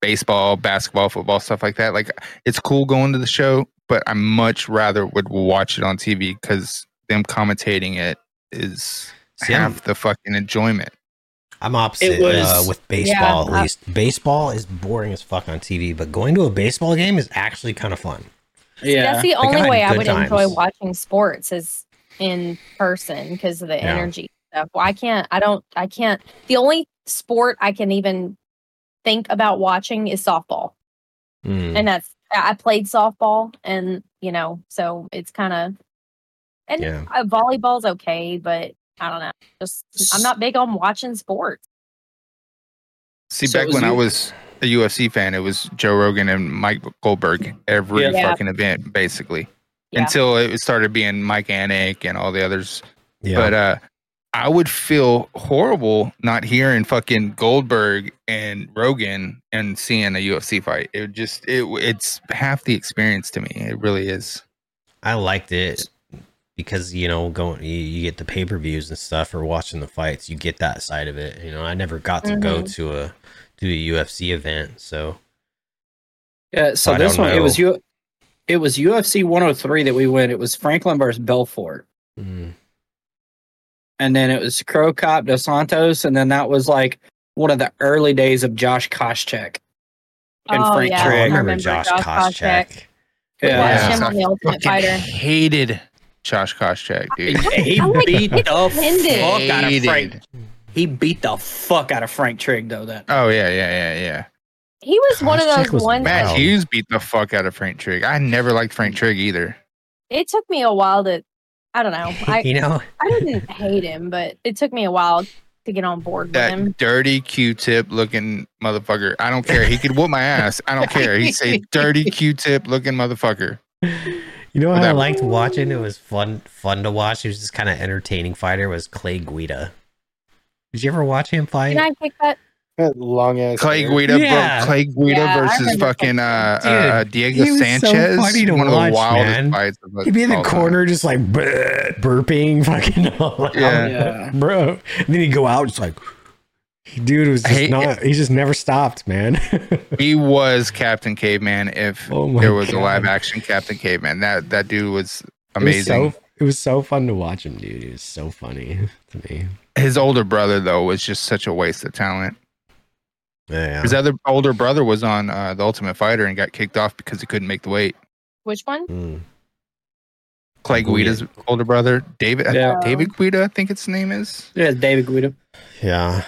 [SPEAKER 4] baseball, basketball, football, stuff like that. Like it's cool going to the show, but I much rather would watch it on TV because them commentating it is
[SPEAKER 1] See, I'm-
[SPEAKER 4] half the fucking enjoyment.
[SPEAKER 1] I'm opposite
[SPEAKER 2] It was-
[SPEAKER 1] uh, with baseball
[SPEAKER 12] Yeah,
[SPEAKER 1] at
[SPEAKER 12] I-
[SPEAKER 1] least. baseball is boring as fuck on TV, but going to a baseball game is actually kind of fun.
[SPEAKER 12] That's the
[SPEAKER 1] Like, I
[SPEAKER 12] only
[SPEAKER 1] had
[SPEAKER 12] way I
[SPEAKER 1] good
[SPEAKER 12] would
[SPEAKER 1] times.
[SPEAKER 12] enjoy watching sports is in person because of the
[SPEAKER 1] Yeah.
[SPEAKER 12] energy stuff. Well, I can't. I don't. I can't. The only sport I can even think about watching is softball,
[SPEAKER 1] Mm.
[SPEAKER 12] and that's I I played softball, and you know, so it's kind of and
[SPEAKER 1] Yeah.
[SPEAKER 12] uh, volleyball's okay, but I don't know. Just I'm not big on watching sports.
[SPEAKER 4] See,
[SPEAKER 2] So it
[SPEAKER 4] back
[SPEAKER 2] was
[SPEAKER 4] when I
[SPEAKER 2] you-
[SPEAKER 4] was a UFC fan, it was Joe Rogan and Mike Goldberg every
[SPEAKER 2] Yeah.
[SPEAKER 12] Yeah.
[SPEAKER 4] fucking event, basically,
[SPEAKER 12] Yeah.
[SPEAKER 4] until it started being Mike Anik and all the others.
[SPEAKER 1] Yeah.
[SPEAKER 4] But uh, I would feel horrible not hearing fucking Goldberg and Rogan and seeing a UFC fight. It would just it it's half the experience to me. It really is.
[SPEAKER 1] I liked it because you know going you, you get the pay per views and stuff or watching the fights. You get that side of it. You know, I never got to go to a to a UFC event, so
[SPEAKER 2] Yeah. So
[SPEAKER 1] I
[SPEAKER 2] this
[SPEAKER 1] don't
[SPEAKER 2] one it was
[SPEAKER 1] know.
[SPEAKER 2] you. It was UFC 103 that we went. It was Franklin versus Belfort,
[SPEAKER 1] mm,
[SPEAKER 2] and then it was Crow Cop Dos Santos, and then that was like one of the early days of Josh Koscheck and
[SPEAKER 12] Oh,
[SPEAKER 2] Frank
[SPEAKER 12] yeah.
[SPEAKER 1] I
[SPEAKER 2] Trigg.
[SPEAKER 12] remember
[SPEAKER 1] remember Josh,
[SPEAKER 12] Josh
[SPEAKER 1] Koscheck.
[SPEAKER 12] Koscheck.
[SPEAKER 2] Yeah.
[SPEAKER 12] Watch
[SPEAKER 4] Yeah.
[SPEAKER 12] him on the Ultimate
[SPEAKER 4] Fucking
[SPEAKER 12] Fighter.
[SPEAKER 4] hated Josh Koscheck, dude.
[SPEAKER 2] He
[SPEAKER 12] I'm like,
[SPEAKER 2] beat the
[SPEAKER 12] ended.
[SPEAKER 2] fuck out of
[SPEAKER 4] Hated.
[SPEAKER 2] Frank. He beat the fuck out of Frank Trigg though. That
[SPEAKER 4] Oh yeah, yeah, yeah, yeah.
[SPEAKER 12] He was one of those ones.
[SPEAKER 4] Matt Hughes beat the fuck out of Frank Trigg. I never liked Frank Trigg either.
[SPEAKER 12] It took me a while to. I don't know. I,
[SPEAKER 4] You know?
[SPEAKER 12] I didn't hate him, but it took me a while to get on board with him.
[SPEAKER 4] That dirty Q-tip looking motherfucker. I don't care. He could whoop my ass. I don't care. He's a dirty Q-tip looking motherfucker.
[SPEAKER 1] You know what I
[SPEAKER 4] That-
[SPEAKER 1] liked watching? It was fun fun to watch. He was just kind of entertaining fighter was Clay Guida. Did you ever watch him fight?
[SPEAKER 12] Can I kick that?
[SPEAKER 3] Long ass
[SPEAKER 4] Clay
[SPEAKER 3] hair.
[SPEAKER 4] Guida,
[SPEAKER 1] Yeah.
[SPEAKER 4] bro. Clay Guida
[SPEAKER 12] Yeah, I
[SPEAKER 4] versus
[SPEAKER 12] remember
[SPEAKER 4] fucking uh,
[SPEAKER 1] Dude,
[SPEAKER 4] uh, Diego
[SPEAKER 1] he was so
[SPEAKER 4] Sanchez.
[SPEAKER 1] funny to
[SPEAKER 4] One of
[SPEAKER 1] watch,
[SPEAKER 4] the wildest
[SPEAKER 1] man.
[SPEAKER 4] fights. of
[SPEAKER 1] He'd be in the
[SPEAKER 4] all time.
[SPEAKER 1] corner just like "Bleh," burping, fucking all
[SPEAKER 4] Yeah.
[SPEAKER 1] out. bro. And then he'd go out just like, dude was just
[SPEAKER 4] Hey,
[SPEAKER 1] not. He just never stopped, man.
[SPEAKER 4] He was Captain Caveman. If
[SPEAKER 1] Oh my
[SPEAKER 4] there was a
[SPEAKER 1] God.
[SPEAKER 4] live action Captain Caveman, that that dude was
[SPEAKER 1] It
[SPEAKER 4] amazing.
[SPEAKER 1] was so, it was so fun to watch him, dude. It was so funny to me.
[SPEAKER 4] His older brother though was just such a waste of talent.
[SPEAKER 1] Yeah.
[SPEAKER 4] His other older brother was on uh, the Ultimate Fighter and got kicked off because he couldn't make the weight.
[SPEAKER 12] Which one?
[SPEAKER 4] Clay Guida's older brother, David.
[SPEAKER 2] Oh, Yeah.
[SPEAKER 4] David Guida, I think its name is.
[SPEAKER 2] Yeah, David Guido.
[SPEAKER 1] Yeah.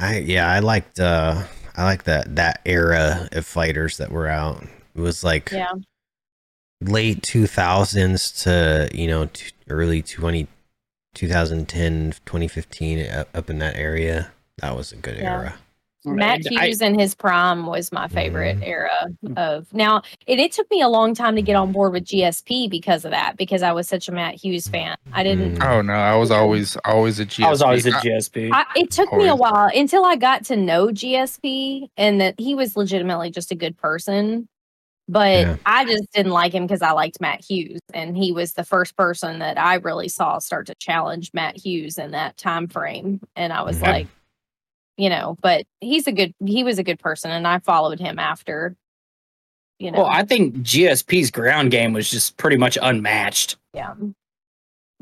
[SPEAKER 1] I yeah, I liked uh I like that that era of fighters that were out. It was like
[SPEAKER 12] Yeah.
[SPEAKER 1] late 2000s to, you know, t- early 20 2010, 2015 up, uh, up in that area. That was a good
[SPEAKER 12] Yeah.
[SPEAKER 1] era.
[SPEAKER 12] Matt
[SPEAKER 2] I-
[SPEAKER 12] Hughes in his prime was my favorite era of now, and it took me a long time to get on board with GSP because of that, because I was such a Matt Hughes fan. I didn't.
[SPEAKER 4] Oh no, I was always always a GSP.
[SPEAKER 2] I was always a
[SPEAKER 4] I-
[SPEAKER 2] GSP.
[SPEAKER 12] I, it took me a
[SPEAKER 4] Always.
[SPEAKER 12] while until I got to know GSP and that he was legitimately just a good person. But
[SPEAKER 1] Yeah.
[SPEAKER 12] I just didn't like him because I liked Matt Hughes, and he was the first person that I really saw start to challenge Matt Hughes in that time frame. And I was
[SPEAKER 1] Mhm.
[SPEAKER 12] like, you know, but he's a good he was a good person, and I followed him after. You know,
[SPEAKER 2] Well, I think GSP's ground game was just pretty much unmatched.
[SPEAKER 12] yeah.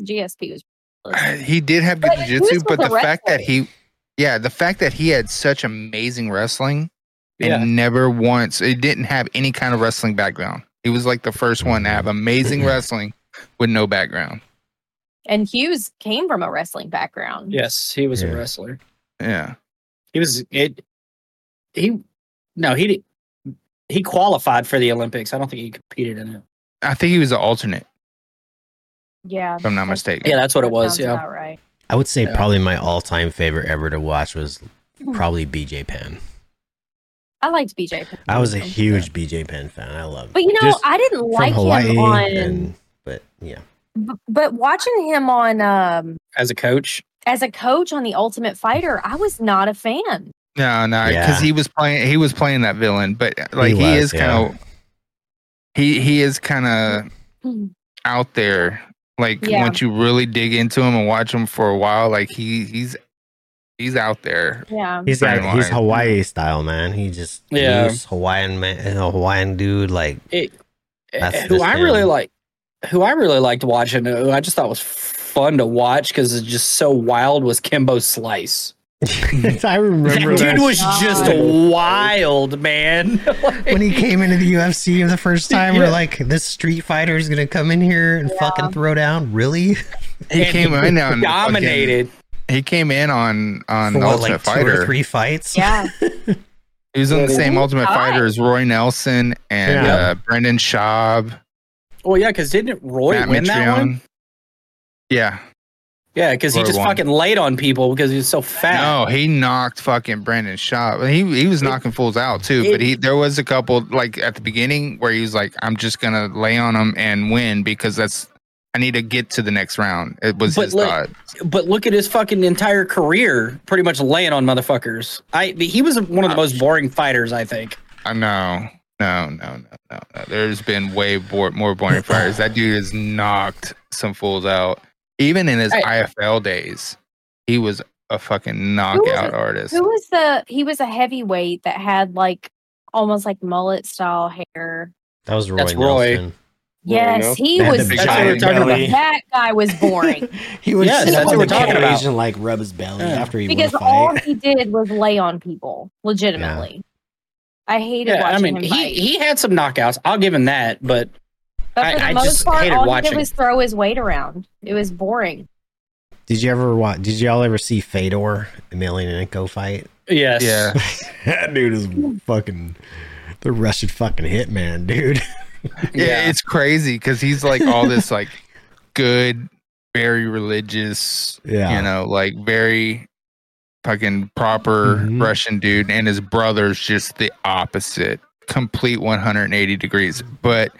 [SPEAKER 12] GSP was
[SPEAKER 4] he did have good
[SPEAKER 12] But Hughes
[SPEAKER 4] jiu-jitsu,
[SPEAKER 12] was
[SPEAKER 4] but
[SPEAKER 12] a
[SPEAKER 4] the fact that he, yeah, the fact that he had such amazing wrestling
[SPEAKER 2] Yeah.
[SPEAKER 4] and never once it didn't have any kind of wrestling background. He was like the first one to have
[SPEAKER 2] Mm-hmm.
[SPEAKER 4] amazing wrestling with no background.
[SPEAKER 12] and Hughes came from a wrestling background.
[SPEAKER 2] Yes, he was
[SPEAKER 1] Yeah.
[SPEAKER 2] a wrestler.
[SPEAKER 4] Yeah,
[SPEAKER 2] He was it. He no he di- he qualified for the Olympics. I don't think he competed in it.
[SPEAKER 4] I think he was an alternate,
[SPEAKER 12] Yeah,
[SPEAKER 4] if I'm not mistaken.
[SPEAKER 2] Yeah, that's what it was.
[SPEAKER 12] sounds
[SPEAKER 2] Yeah,
[SPEAKER 12] about right.
[SPEAKER 1] I would say
[SPEAKER 2] Yeah.
[SPEAKER 1] probably my all-time favorite ever to watch was
[SPEAKER 12] Hmm.
[SPEAKER 1] probably BJ Penn.
[SPEAKER 12] I liked BJ.
[SPEAKER 1] I was a
[SPEAKER 12] Penn.
[SPEAKER 1] huge BJ Penn fan. I love
[SPEAKER 12] But you know,
[SPEAKER 1] Just
[SPEAKER 12] I didn't like him on.
[SPEAKER 1] and- but yeah.
[SPEAKER 12] b- but watching him on um,
[SPEAKER 2] as a coach.
[SPEAKER 12] as a coach on the Ultimate Fighter, I was not a fan.
[SPEAKER 4] No, no,
[SPEAKER 1] Yeah.
[SPEAKER 4] because he was playing. He was playing that villain, but uh, like he,
[SPEAKER 1] was,
[SPEAKER 4] is kind of. He he is kind of
[SPEAKER 1] Hmm.
[SPEAKER 4] out there. Like
[SPEAKER 12] Yeah.
[SPEAKER 4] once you really dig into him and watch him for a while, like he he's he's out there.
[SPEAKER 12] Yeah,
[SPEAKER 1] He's like
[SPEAKER 4] Brandon
[SPEAKER 1] he's
[SPEAKER 4] Wyatt.
[SPEAKER 1] Hawaii style, man. He just
[SPEAKER 2] Yeah.
[SPEAKER 1] loose Hawaiian man, a Hawaiian dude. Like
[SPEAKER 2] It,
[SPEAKER 1] That's
[SPEAKER 2] Eh, who
[SPEAKER 1] just
[SPEAKER 2] I really
[SPEAKER 1] him.
[SPEAKER 2] like, who I really liked watching, who I just thought was fun to watch because it's just so wild was Kimbo Slice.
[SPEAKER 1] I remember
[SPEAKER 2] That
[SPEAKER 1] that
[SPEAKER 2] dude was just
[SPEAKER 4] Oh.
[SPEAKER 2] wild, man.
[SPEAKER 1] when he came into the UFC the first time. We're
[SPEAKER 2] Yeah.
[SPEAKER 1] like, this Street Fighter is gonna come in here and fucking throw down. Really?
[SPEAKER 4] He came in on
[SPEAKER 2] dominated.
[SPEAKER 4] fucking- he came in on on
[SPEAKER 1] For
[SPEAKER 4] the
[SPEAKER 1] what,
[SPEAKER 4] Ultimate
[SPEAKER 1] like two or
[SPEAKER 4] Fighter.
[SPEAKER 1] three fights?
[SPEAKER 12] yeah,
[SPEAKER 4] He was on the
[SPEAKER 3] Yeah.
[SPEAKER 4] same Ultimate
[SPEAKER 12] All
[SPEAKER 4] Fighter as Roy Nelson and
[SPEAKER 1] Yeah.
[SPEAKER 4] uh, Brendan Schaub,
[SPEAKER 2] Well, yeah, because didn't Roy
[SPEAKER 4] Matt
[SPEAKER 2] win that one?
[SPEAKER 4] Mitrione. Yeah.
[SPEAKER 2] Yeah, because he
[SPEAKER 4] Roy
[SPEAKER 2] just
[SPEAKER 4] won.
[SPEAKER 2] fucking laid on people because he was so fat.
[SPEAKER 4] No, he knocked fucking Brandon Schaub. He he was knocking fools out too. but he there was a couple like at the beginning where he was like, "I'm just gonna lay on him and win because that's I need to get to the next round." It was
[SPEAKER 2] But
[SPEAKER 4] his
[SPEAKER 2] look-
[SPEAKER 4] thought.
[SPEAKER 2] But look at his fucking entire career, pretty much laying on motherfuckers. I he was one of the most boring fighters, I think.
[SPEAKER 4] I know. No, no, no, no, no. There's been way more, more boring fighters. That dude has knocked some fools out. Even in his
[SPEAKER 12] Hey.
[SPEAKER 4] IFL days, he was a fucking
[SPEAKER 12] was
[SPEAKER 4] knockout
[SPEAKER 12] it?
[SPEAKER 4] artist.
[SPEAKER 12] who was the? He was a heavyweight that had like almost like mullet style hair.
[SPEAKER 1] That was Roy.
[SPEAKER 2] That's Roy.
[SPEAKER 1] Nelson.
[SPEAKER 12] Yes,
[SPEAKER 3] Nelson?
[SPEAKER 12] he
[SPEAKER 1] They had
[SPEAKER 12] was.
[SPEAKER 1] the big
[SPEAKER 2] That's what we're
[SPEAKER 1] giant
[SPEAKER 2] talking about.
[SPEAKER 1] belly.
[SPEAKER 12] That guy was boring
[SPEAKER 1] He would
[SPEAKER 2] Yes,
[SPEAKER 1] sit
[SPEAKER 2] that's
[SPEAKER 1] up on
[SPEAKER 2] what we're
[SPEAKER 1] the
[SPEAKER 2] talking
[SPEAKER 1] cage
[SPEAKER 2] about.
[SPEAKER 1] and like rub his belly
[SPEAKER 2] Yeah.
[SPEAKER 1] after he won a
[SPEAKER 12] because
[SPEAKER 1] fight.
[SPEAKER 12] all he did was lay on people. Legitimately, I hated
[SPEAKER 2] Yeah,
[SPEAKER 12] watching
[SPEAKER 2] I mean,
[SPEAKER 12] him.
[SPEAKER 2] he
[SPEAKER 12] fight.
[SPEAKER 2] he had some knockouts. I'll give him that, but
[SPEAKER 12] But for
[SPEAKER 2] I-
[SPEAKER 12] the
[SPEAKER 2] I
[SPEAKER 12] most
[SPEAKER 2] just
[SPEAKER 12] part,
[SPEAKER 2] hated
[SPEAKER 12] all he did
[SPEAKER 2] watching.
[SPEAKER 12] was throw his weight around. It was boring.
[SPEAKER 1] Did you ever watch? Did y'all ever see Fedor Emelianenko fight?
[SPEAKER 2] Yes. Yeah.
[SPEAKER 1] that dude is fucking the Russian fucking hitman, dude.
[SPEAKER 4] Yeah, it's crazy because he's like all this like good, very religious,
[SPEAKER 1] Yeah.
[SPEAKER 4] you know, like very fucking proper
[SPEAKER 1] Mhm.
[SPEAKER 4] Russian dude, and his brother's just the opposite, complete 180 degrees. But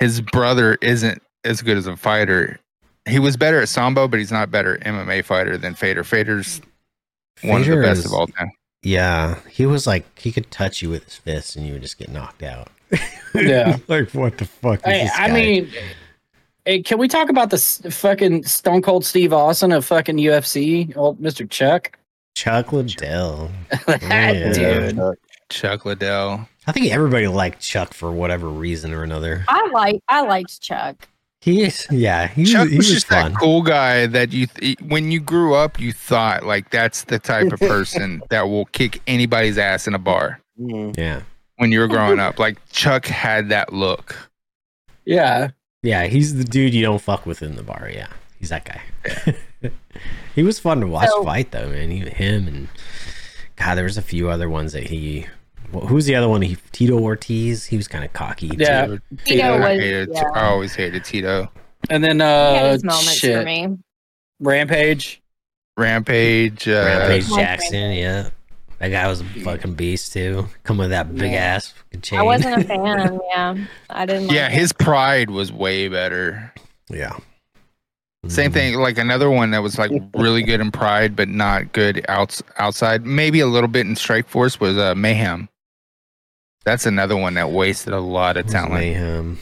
[SPEAKER 4] his brother isn't as good as a fighter. He was better at sambo, but he's not better MMA fighter than Fader. Fader's one of
[SPEAKER 1] Fader
[SPEAKER 4] the best
[SPEAKER 1] is-
[SPEAKER 4] of all time.
[SPEAKER 1] yeah. He was like he could touch you with his fists and you would just get knocked out.
[SPEAKER 2] Yeah.
[SPEAKER 1] like what the fuck is
[SPEAKER 2] I,
[SPEAKER 1] this
[SPEAKER 2] I
[SPEAKER 1] guy?
[SPEAKER 2] mean, hey, can we talk about this fucking Stone Cold Steve Austin of fucking UFC? Old Mr. Chuck.
[SPEAKER 1] Chuck Liddell.
[SPEAKER 2] That dude.
[SPEAKER 4] Chuck Liddell.
[SPEAKER 1] I think everybody liked Chuck for whatever reason or another.
[SPEAKER 12] I like I liked Chuck.
[SPEAKER 1] He is, yeah, he,
[SPEAKER 4] Chuck
[SPEAKER 1] was, he
[SPEAKER 4] was,
[SPEAKER 1] was
[SPEAKER 4] just
[SPEAKER 1] fun.
[SPEAKER 4] that cool guy that you, th- when you grew up, you thought like that's the type of person that will kick anybody's ass in a bar.
[SPEAKER 3] mm.
[SPEAKER 1] Yeah,
[SPEAKER 4] When you were growing up, like Chuck had that look.
[SPEAKER 2] Yeah.
[SPEAKER 1] yeah, he's the dude you don't fuck with in the bar. Yeah, he's that guy. he was fun to watch
[SPEAKER 12] So-
[SPEAKER 1] fight though, man. He, him and God, there was a few other ones that he. Well, who's the other one? He Tito Ortiz. He was kind of cocky.
[SPEAKER 2] Yeah.
[SPEAKER 1] too.
[SPEAKER 12] Tito
[SPEAKER 4] I,
[SPEAKER 12] was
[SPEAKER 4] hated,
[SPEAKER 12] yeah.
[SPEAKER 4] I always hated Tito.
[SPEAKER 2] And then
[SPEAKER 12] he had
[SPEAKER 2] uh
[SPEAKER 12] his moments for
[SPEAKER 2] shit.
[SPEAKER 12] me.
[SPEAKER 2] Rampage.
[SPEAKER 4] Rampage. Uh,
[SPEAKER 1] Rampage
[SPEAKER 12] Uh,
[SPEAKER 1] Jackson. Yeah, that guy was a fucking beast too. Come with that big
[SPEAKER 12] Yeah.
[SPEAKER 1] ass fucking chain.
[SPEAKER 12] I wasn't a fan. Yeah, I didn't. Like
[SPEAKER 4] Yeah,
[SPEAKER 12] it.
[SPEAKER 4] his pride was way better.
[SPEAKER 1] yeah. Mm-hmm.
[SPEAKER 4] Same thing, like another one that was like really good in Pride, but not good outs- outside. Maybe a little bit in Strike Force was uh, Mayhem. That's another one that wasted a lot of talent.
[SPEAKER 1] Mm-hmm. Mayhem.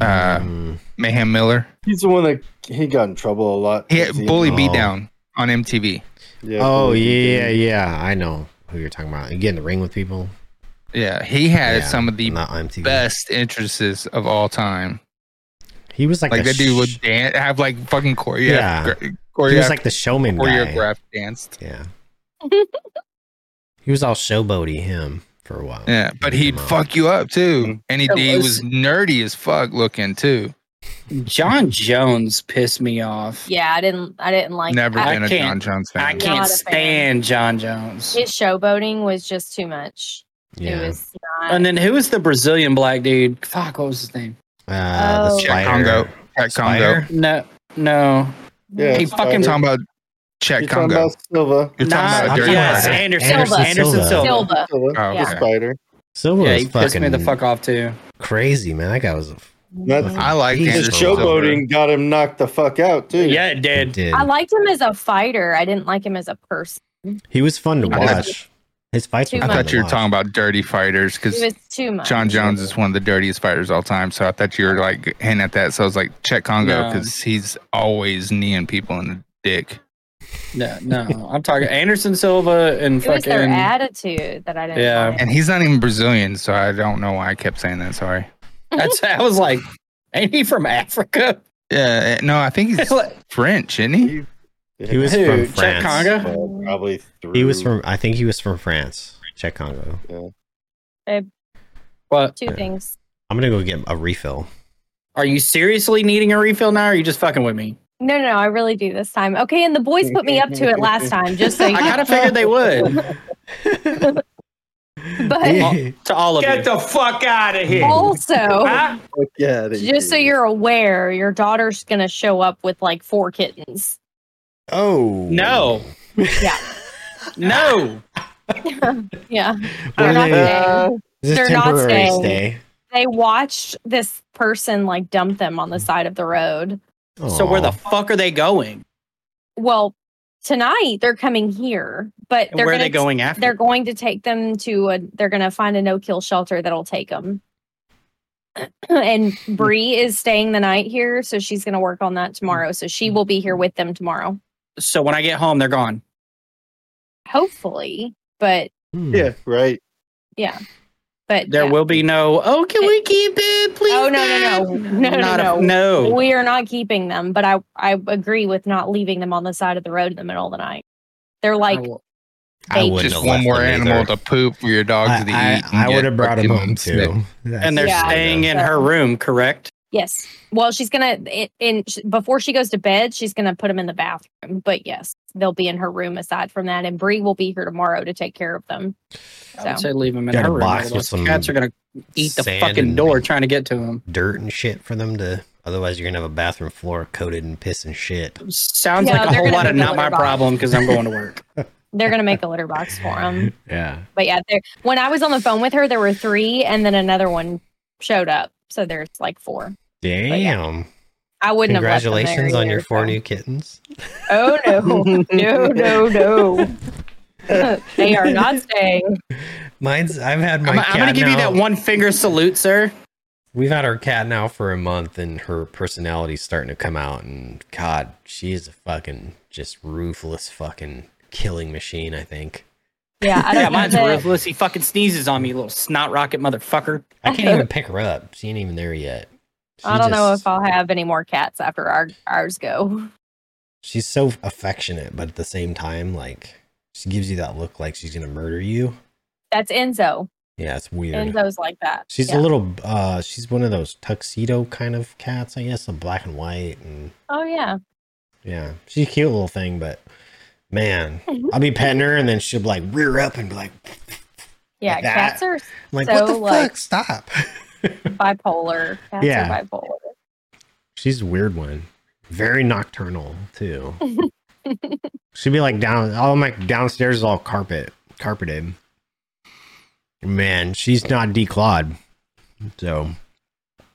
[SPEAKER 4] Uh,
[SPEAKER 1] Mm.
[SPEAKER 4] Mayhem Miller.
[SPEAKER 3] He's the one that he got in trouble a lot.
[SPEAKER 4] He had
[SPEAKER 3] Was he-
[SPEAKER 4] Bully
[SPEAKER 1] Oh.
[SPEAKER 4] Beatdown on MTV.
[SPEAKER 3] Yeah,
[SPEAKER 1] oh
[SPEAKER 3] Bully Beatdown.
[SPEAKER 1] yeah, yeah. I know who you're talking about. You get in the ring with people.
[SPEAKER 4] Yeah, he had
[SPEAKER 1] Yeah,
[SPEAKER 4] some of the
[SPEAKER 1] not MTV.
[SPEAKER 4] best entrances of all time.
[SPEAKER 1] He was like,
[SPEAKER 4] Like
[SPEAKER 1] the
[SPEAKER 4] that dude
[SPEAKER 1] sh-
[SPEAKER 4] would dance, have like fucking choreo-
[SPEAKER 1] Yeah.
[SPEAKER 4] choreo-
[SPEAKER 1] he was like the showman guy.
[SPEAKER 4] choreographed dance.
[SPEAKER 1] Yeah. he was all showboaty him for a while.
[SPEAKER 4] Yeah, but
[SPEAKER 1] Beat
[SPEAKER 4] he'd
[SPEAKER 1] him up.
[SPEAKER 4] fuck you up too, and he,
[SPEAKER 2] It
[SPEAKER 4] he
[SPEAKER 2] was-
[SPEAKER 4] was nerdy as fuck looking too.
[SPEAKER 2] John Jones pissed me off.
[SPEAKER 12] yeah, I didn't. I didn't like.
[SPEAKER 4] Never
[SPEAKER 12] I,
[SPEAKER 4] been a John
[SPEAKER 2] can't-
[SPEAKER 4] Jones fan.
[SPEAKER 2] I
[SPEAKER 12] Not
[SPEAKER 2] can't
[SPEAKER 12] a fan.
[SPEAKER 2] stand John Jones.
[SPEAKER 12] his showboating was just too much. It
[SPEAKER 1] Yeah.
[SPEAKER 12] was not.
[SPEAKER 2] And then who was the Brazilian black dude? Fuck, what was his name?
[SPEAKER 1] Uh,
[SPEAKER 12] Oh.
[SPEAKER 1] the
[SPEAKER 12] Jack
[SPEAKER 4] Czech
[SPEAKER 1] spider.
[SPEAKER 4] Congo. Czech Congo.
[SPEAKER 1] Spider?
[SPEAKER 2] No, no.
[SPEAKER 3] Yeah,
[SPEAKER 2] He fucking
[SPEAKER 4] I'm
[SPEAKER 3] Spider.
[SPEAKER 4] talking about Czech
[SPEAKER 3] You're talking
[SPEAKER 4] Congo.
[SPEAKER 3] about Silva.
[SPEAKER 4] You're talking
[SPEAKER 2] Nah,
[SPEAKER 4] about Dirty
[SPEAKER 2] yes,
[SPEAKER 4] Harry.
[SPEAKER 2] Anderson,
[SPEAKER 12] Silva.
[SPEAKER 2] Anderson, Silva.
[SPEAKER 12] Silva.
[SPEAKER 3] Silva.
[SPEAKER 4] Oh,
[SPEAKER 3] The
[SPEAKER 4] okay.
[SPEAKER 3] spider.
[SPEAKER 1] Silva
[SPEAKER 2] Yeah,
[SPEAKER 1] was
[SPEAKER 2] he pissed
[SPEAKER 1] fucking
[SPEAKER 2] me the fuck off too.
[SPEAKER 1] crazy, man. That guy was. a
[SPEAKER 3] That's-
[SPEAKER 4] I like
[SPEAKER 1] He's
[SPEAKER 3] The
[SPEAKER 1] Anderson
[SPEAKER 3] showboating got him knocked the fuck out too.
[SPEAKER 2] Yeah, it
[SPEAKER 1] He
[SPEAKER 2] did.
[SPEAKER 1] did.
[SPEAKER 12] I liked him as a fighter. I didn't like him as a person.
[SPEAKER 1] He was fun to
[SPEAKER 12] I
[SPEAKER 4] thought-
[SPEAKER 1] watch. His fights
[SPEAKER 12] Too
[SPEAKER 1] were
[SPEAKER 4] I
[SPEAKER 1] fun
[SPEAKER 4] thought
[SPEAKER 1] to
[SPEAKER 4] you were
[SPEAKER 1] watch.
[SPEAKER 4] talking about dirty fighters
[SPEAKER 12] He
[SPEAKER 4] because
[SPEAKER 12] was too much.
[SPEAKER 4] John Jones is one of the dirtiest fighters all time. So I thought you were like hinting at that. So I was like, Czech Congo
[SPEAKER 2] No.
[SPEAKER 4] because he's always kneeing people in the dick.
[SPEAKER 2] No, no. I'm talking Anderson Silva and
[SPEAKER 12] It was their
[SPEAKER 2] fucking.
[SPEAKER 12] attitude that I didn't.
[SPEAKER 2] Yeah.
[SPEAKER 12] like.
[SPEAKER 4] And he's not even Brazilian. So I don't know why I kept saying that. Sorry.
[SPEAKER 2] That's, I was like, ain't he from Africa?
[SPEAKER 4] Yeah. eh, No, I think he's
[SPEAKER 2] Like,
[SPEAKER 4] French, isn't he?
[SPEAKER 1] He was
[SPEAKER 2] Who?
[SPEAKER 1] from
[SPEAKER 2] Czech
[SPEAKER 1] France.
[SPEAKER 2] Congo?
[SPEAKER 3] Well, probably. Through.
[SPEAKER 1] He was from. I think he was from France, Czech Congo.
[SPEAKER 2] What?
[SPEAKER 12] Two things.
[SPEAKER 1] I'm gonna go get a refill.
[SPEAKER 2] Are you seriously needing a refill now? Or are you just fucking with me?
[SPEAKER 12] No, no, no, I really do this time. Okay, and the boys put me up to it last time, just so
[SPEAKER 2] I
[SPEAKER 12] you
[SPEAKER 2] kind of figured they would.
[SPEAKER 12] But
[SPEAKER 2] To all of
[SPEAKER 8] Get
[SPEAKER 2] you.
[SPEAKER 8] the fuck out of here.
[SPEAKER 12] also,
[SPEAKER 8] Huh?
[SPEAKER 3] Fuck yeah, they
[SPEAKER 12] just so
[SPEAKER 3] did.
[SPEAKER 12] you're aware, your daughter's gonna show up with like four kittens.
[SPEAKER 1] Oh
[SPEAKER 2] No,
[SPEAKER 12] Yeah,
[SPEAKER 2] no.
[SPEAKER 12] yeah.
[SPEAKER 1] What
[SPEAKER 12] They're
[SPEAKER 1] are
[SPEAKER 12] not
[SPEAKER 1] they-
[SPEAKER 12] staying.
[SPEAKER 1] This is
[SPEAKER 12] They're not
[SPEAKER 1] temporary
[SPEAKER 12] staying.
[SPEAKER 1] stay.
[SPEAKER 12] They watched this person like dump them on the side of the road.
[SPEAKER 2] So where the
[SPEAKER 1] Aw.
[SPEAKER 2] fuck are they going?
[SPEAKER 12] Well, tonight they're coming here, but
[SPEAKER 2] And
[SPEAKER 12] they're
[SPEAKER 2] where are
[SPEAKER 12] gonna
[SPEAKER 2] they going after?
[SPEAKER 12] They're going to take them to a. They're gonna find a no-kill shelter that'll take them. and Bree is staying the night here, so she's gonna work on that tomorrow. So she will be here with them tomorrow,
[SPEAKER 2] so when I get home, they're gone.
[SPEAKER 12] hopefully. But
[SPEAKER 1] Hmm.
[SPEAKER 3] Yeah, right.
[SPEAKER 12] but
[SPEAKER 2] There
[SPEAKER 12] yeah.
[SPEAKER 2] will be no. Oh, can we keep it, please?
[SPEAKER 12] Oh, no, no,
[SPEAKER 2] Dad?"
[SPEAKER 12] no. No, no,
[SPEAKER 2] Not a-
[SPEAKER 12] no.
[SPEAKER 2] no.
[SPEAKER 12] We are not keeping them, but I I agree with not leaving them on the side of the road in the middle of the night. They're like
[SPEAKER 2] I will-
[SPEAKER 1] I
[SPEAKER 12] they-
[SPEAKER 1] wouldn't
[SPEAKER 4] Just
[SPEAKER 1] have
[SPEAKER 4] one
[SPEAKER 1] left
[SPEAKER 4] more
[SPEAKER 1] them
[SPEAKER 4] animal
[SPEAKER 1] either.
[SPEAKER 4] to poop for your dog to eat.
[SPEAKER 1] I,
[SPEAKER 4] and
[SPEAKER 1] I, I
[SPEAKER 4] get
[SPEAKER 1] would have brought him
[SPEAKER 4] fucking
[SPEAKER 1] home
[SPEAKER 4] sick.
[SPEAKER 1] too.
[SPEAKER 2] and they're
[SPEAKER 12] Yeah.
[SPEAKER 2] staying in
[SPEAKER 12] Yeah.
[SPEAKER 2] her room, correct?
[SPEAKER 12] Yes. Well, she's gonna i- in sh- before she goes to bed, she's gonna put them in the bathroom. But yes, they'll be in her room. Aside from that, and Bree will be here tomorrow to take care of them.
[SPEAKER 2] I would say leave them in
[SPEAKER 1] Got a
[SPEAKER 2] her room.
[SPEAKER 1] box
[SPEAKER 2] Those
[SPEAKER 1] with some
[SPEAKER 2] cats are gonna eat the
[SPEAKER 1] sand
[SPEAKER 2] fucking
[SPEAKER 1] and-
[SPEAKER 2] door trying to get to them.
[SPEAKER 1] Dirt and shit for them to. Otherwise, you're gonna have a bathroom floor coated in piss and shit.
[SPEAKER 2] Sounds
[SPEAKER 12] Yeah,
[SPEAKER 2] like a
[SPEAKER 12] they're
[SPEAKER 2] whole
[SPEAKER 12] gonna
[SPEAKER 2] lot of
[SPEAKER 12] make a
[SPEAKER 2] not my
[SPEAKER 12] litter box.
[SPEAKER 2] problem because I'm going to work.
[SPEAKER 12] They're gonna make a litter box for them.
[SPEAKER 1] Yeah.
[SPEAKER 12] But yeah, there, when I was on the phone with her, there were three, and then another one showed up. So there's like four.
[SPEAKER 1] Damn.
[SPEAKER 12] I wouldn't have left them there
[SPEAKER 1] Congratulations on
[SPEAKER 12] either.
[SPEAKER 1] your four new kittens.
[SPEAKER 12] Oh no, no, no, no! they are not staying.
[SPEAKER 1] Mine's. I've had my.
[SPEAKER 2] I'm, I'm
[SPEAKER 1] cat
[SPEAKER 2] gonna give you
[SPEAKER 1] now-
[SPEAKER 2] that one finger salute, sir.
[SPEAKER 1] We've had our cat now for a month, and her personality's starting to come out. And God, she is a fucking just ruthless fucking killing machine. I think
[SPEAKER 12] Yeah, I don't
[SPEAKER 2] Yeah,
[SPEAKER 12] know
[SPEAKER 2] mine's
[SPEAKER 12] that-
[SPEAKER 2] worthless. He fucking sneezes on me, you little snot rocket motherfucker.
[SPEAKER 1] I can't even pick her up. She ain't even there yet. She
[SPEAKER 12] I don't know
[SPEAKER 1] just-
[SPEAKER 12] if I'll have any more cats after our ours go.
[SPEAKER 1] she's so affectionate, but at the same time, like she gives you that look like she's gonna murder you.
[SPEAKER 12] That's Enzo.
[SPEAKER 1] Yeah, it's weird.
[SPEAKER 12] Enzo's like that.
[SPEAKER 1] She's
[SPEAKER 12] Yeah.
[SPEAKER 1] a little uh she's one of those tuxedo kind of cats, I guess, a black and white and
[SPEAKER 12] Oh yeah.
[SPEAKER 1] yeah. She's a cute little thing, but man, I'll be petting her and then she'll like rear up and be like
[SPEAKER 12] Yeah,
[SPEAKER 1] Like that.
[SPEAKER 12] cats are
[SPEAKER 1] like
[SPEAKER 12] so
[SPEAKER 1] what the
[SPEAKER 12] like
[SPEAKER 1] fuck? Stop.
[SPEAKER 12] bipolar. Cats
[SPEAKER 1] Yeah.
[SPEAKER 12] are bipolar.
[SPEAKER 1] She's a weird one. Very nocturnal too. She'd be like down all my downstairs is all carpet carpeted. Man, she's not declawed. So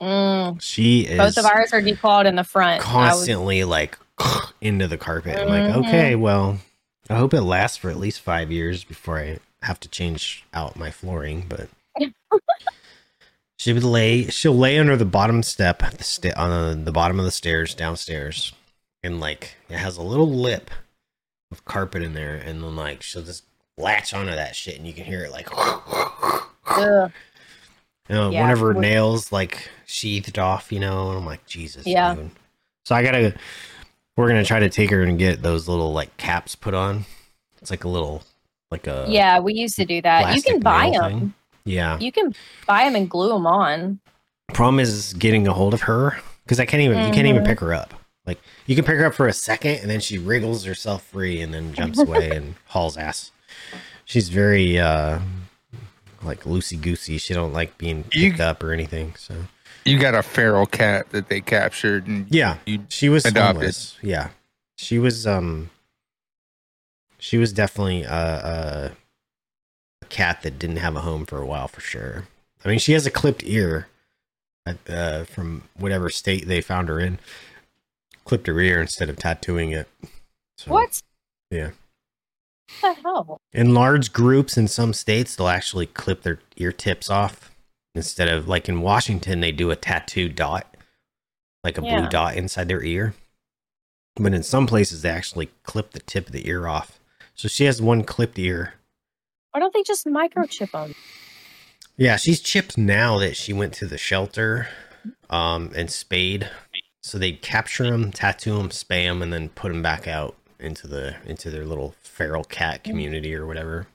[SPEAKER 12] Mm.
[SPEAKER 1] she is
[SPEAKER 12] Both of ours are declawed in the front. I was-
[SPEAKER 1] constantly like into the carpet. I'm like,
[SPEAKER 12] Mhm.
[SPEAKER 1] okay, well, I hope it lasts for at least five years before I have to change out my flooring. But she would lay, she'll lay under the bottom step at the sta- on the bottom of the stairs downstairs, and like it has a little lip of carpet in there, and then like she'll just latch onto that shit, and you can hear it like.
[SPEAKER 12] Ugh.
[SPEAKER 1] You know,
[SPEAKER 12] Yeah,
[SPEAKER 1] one of her
[SPEAKER 12] we-
[SPEAKER 1] Uh, nails like sheathed off, you know, and I'm like, Jesus.
[SPEAKER 12] Yeah.
[SPEAKER 1] dude. So I gotta. We're gonna try to take her and get those little like caps put on. It's like a little, like a
[SPEAKER 12] yeah, we used to do that. You
[SPEAKER 1] plastic
[SPEAKER 12] can buy
[SPEAKER 1] nail
[SPEAKER 12] them.
[SPEAKER 1] thing. Yeah.
[SPEAKER 12] You can buy them and glue them on.
[SPEAKER 1] Problem is getting a hold of her because I can't even. You can't even
[SPEAKER 12] Mhm.
[SPEAKER 1] pick her up. Like you can pick her up for a second and then she wriggles herself free and then jumps away and hauls ass. She's very uh like loosey goosey. She don't like being picked up or anything. So
[SPEAKER 4] You got a feral cat that they captured, and
[SPEAKER 1] Yeah,
[SPEAKER 4] you
[SPEAKER 1] she was
[SPEAKER 4] adopted.
[SPEAKER 1] homeless. Yeah, she was. Um, she was definitely a, a, a cat that didn't have a home for a while, for sure. I mean, she has a clipped ear, at, uh, from whatever state they found her in. Clipped her ear instead of tattooing it. So,
[SPEAKER 12] What?
[SPEAKER 1] Yeah.
[SPEAKER 12] What the hell?
[SPEAKER 1] In large groups in some states, they'll actually clip their ear tips off instead of like in Washington, they do a tattoo dot, like a
[SPEAKER 12] Yeah.
[SPEAKER 1] blue dot inside their ear. But in some places, they actually clip the tip of the ear off. So she has one clipped ear.
[SPEAKER 12] Why don't they just microchip them?
[SPEAKER 1] Yeah, she's chipped now that she went to the shelter um, and spayed. So they capture them, tattoo them, spay them, and then put them back out into the into their little feral
[SPEAKER 12] Mm.
[SPEAKER 1] cat community or whatever.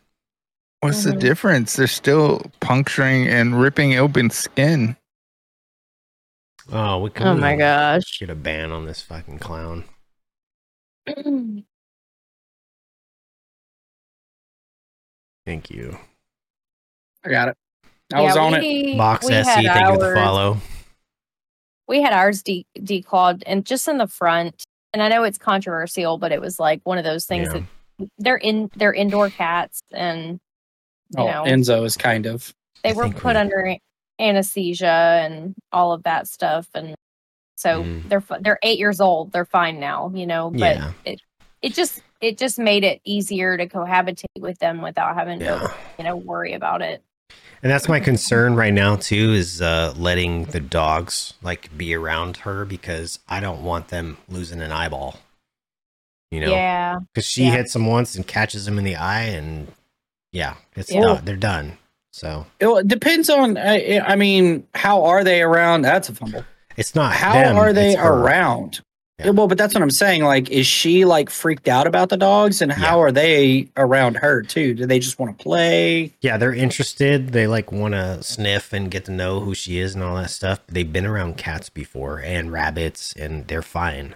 [SPEAKER 4] What's
[SPEAKER 12] Mhm.
[SPEAKER 4] the difference? They're still puncturing and ripping open skin.
[SPEAKER 1] Oh, we can
[SPEAKER 12] Oh my gosh.
[SPEAKER 1] get a ban on this fucking clown. Thank you.
[SPEAKER 2] I got it. I was on it.
[SPEAKER 1] Box
[SPEAKER 12] we
[SPEAKER 1] SE,
[SPEAKER 12] had
[SPEAKER 1] thank you for the
[SPEAKER 12] ours-
[SPEAKER 1] follow.
[SPEAKER 12] We had ours de- declawed and just in the front. And I know it's controversial, but it was like one of those things
[SPEAKER 1] Yeah.
[SPEAKER 12] that they're in they're indoor cats and you
[SPEAKER 2] Oh,
[SPEAKER 12] know
[SPEAKER 2] Enzo is kind of.
[SPEAKER 12] they
[SPEAKER 1] I
[SPEAKER 12] were
[SPEAKER 1] think
[SPEAKER 12] put
[SPEAKER 1] we-
[SPEAKER 12] under a- anesthesia and all of that stuff and so
[SPEAKER 1] Mm.
[SPEAKER 12] they're fi- they're 8 years old they're fine now you know but
[SPEAKER 1] Yeah.
[SPEAKER 12] it it just it just made it easier to cohabitate with them without having
[SPEAKER 1] Yeah.
[SPEAKER 12] to you know worry about it
[SPEAKER 1] And that's my concern right now too is uh letting the dogs like be around her because I don't want them losing an eyeball. You know,
[SPEAKER 12] yeah
[SPEAKER 1] because she
[SPEAKER 12] yeah.
[SPEAKER 1] hits them once and catches them in the eye, and yeah, it's
[SPEAKER 12] Yeah.
[SPEAKER 1] not they're done. So
[SPEAKER 2] It depends on. I, I mean, how are they around? That's a fumble.
[SPEAKER 1] it's not
[SPEAKER 2] How
[SPEAKER 1] them,
[SPEAKER 2] are they
[SPEAKER 1] it's her.
[SPEAKER 2] around? Yeah, well, but that's what I'm saying. Like, is she like freaked out about the dogs, and how are they around her too? Do they just want to play?
[SPEAKER 1] Yeah, they're interested. They like want to sniff and get to know who she is and all that stuff. They've been around cats before and rabbits, and they're fine.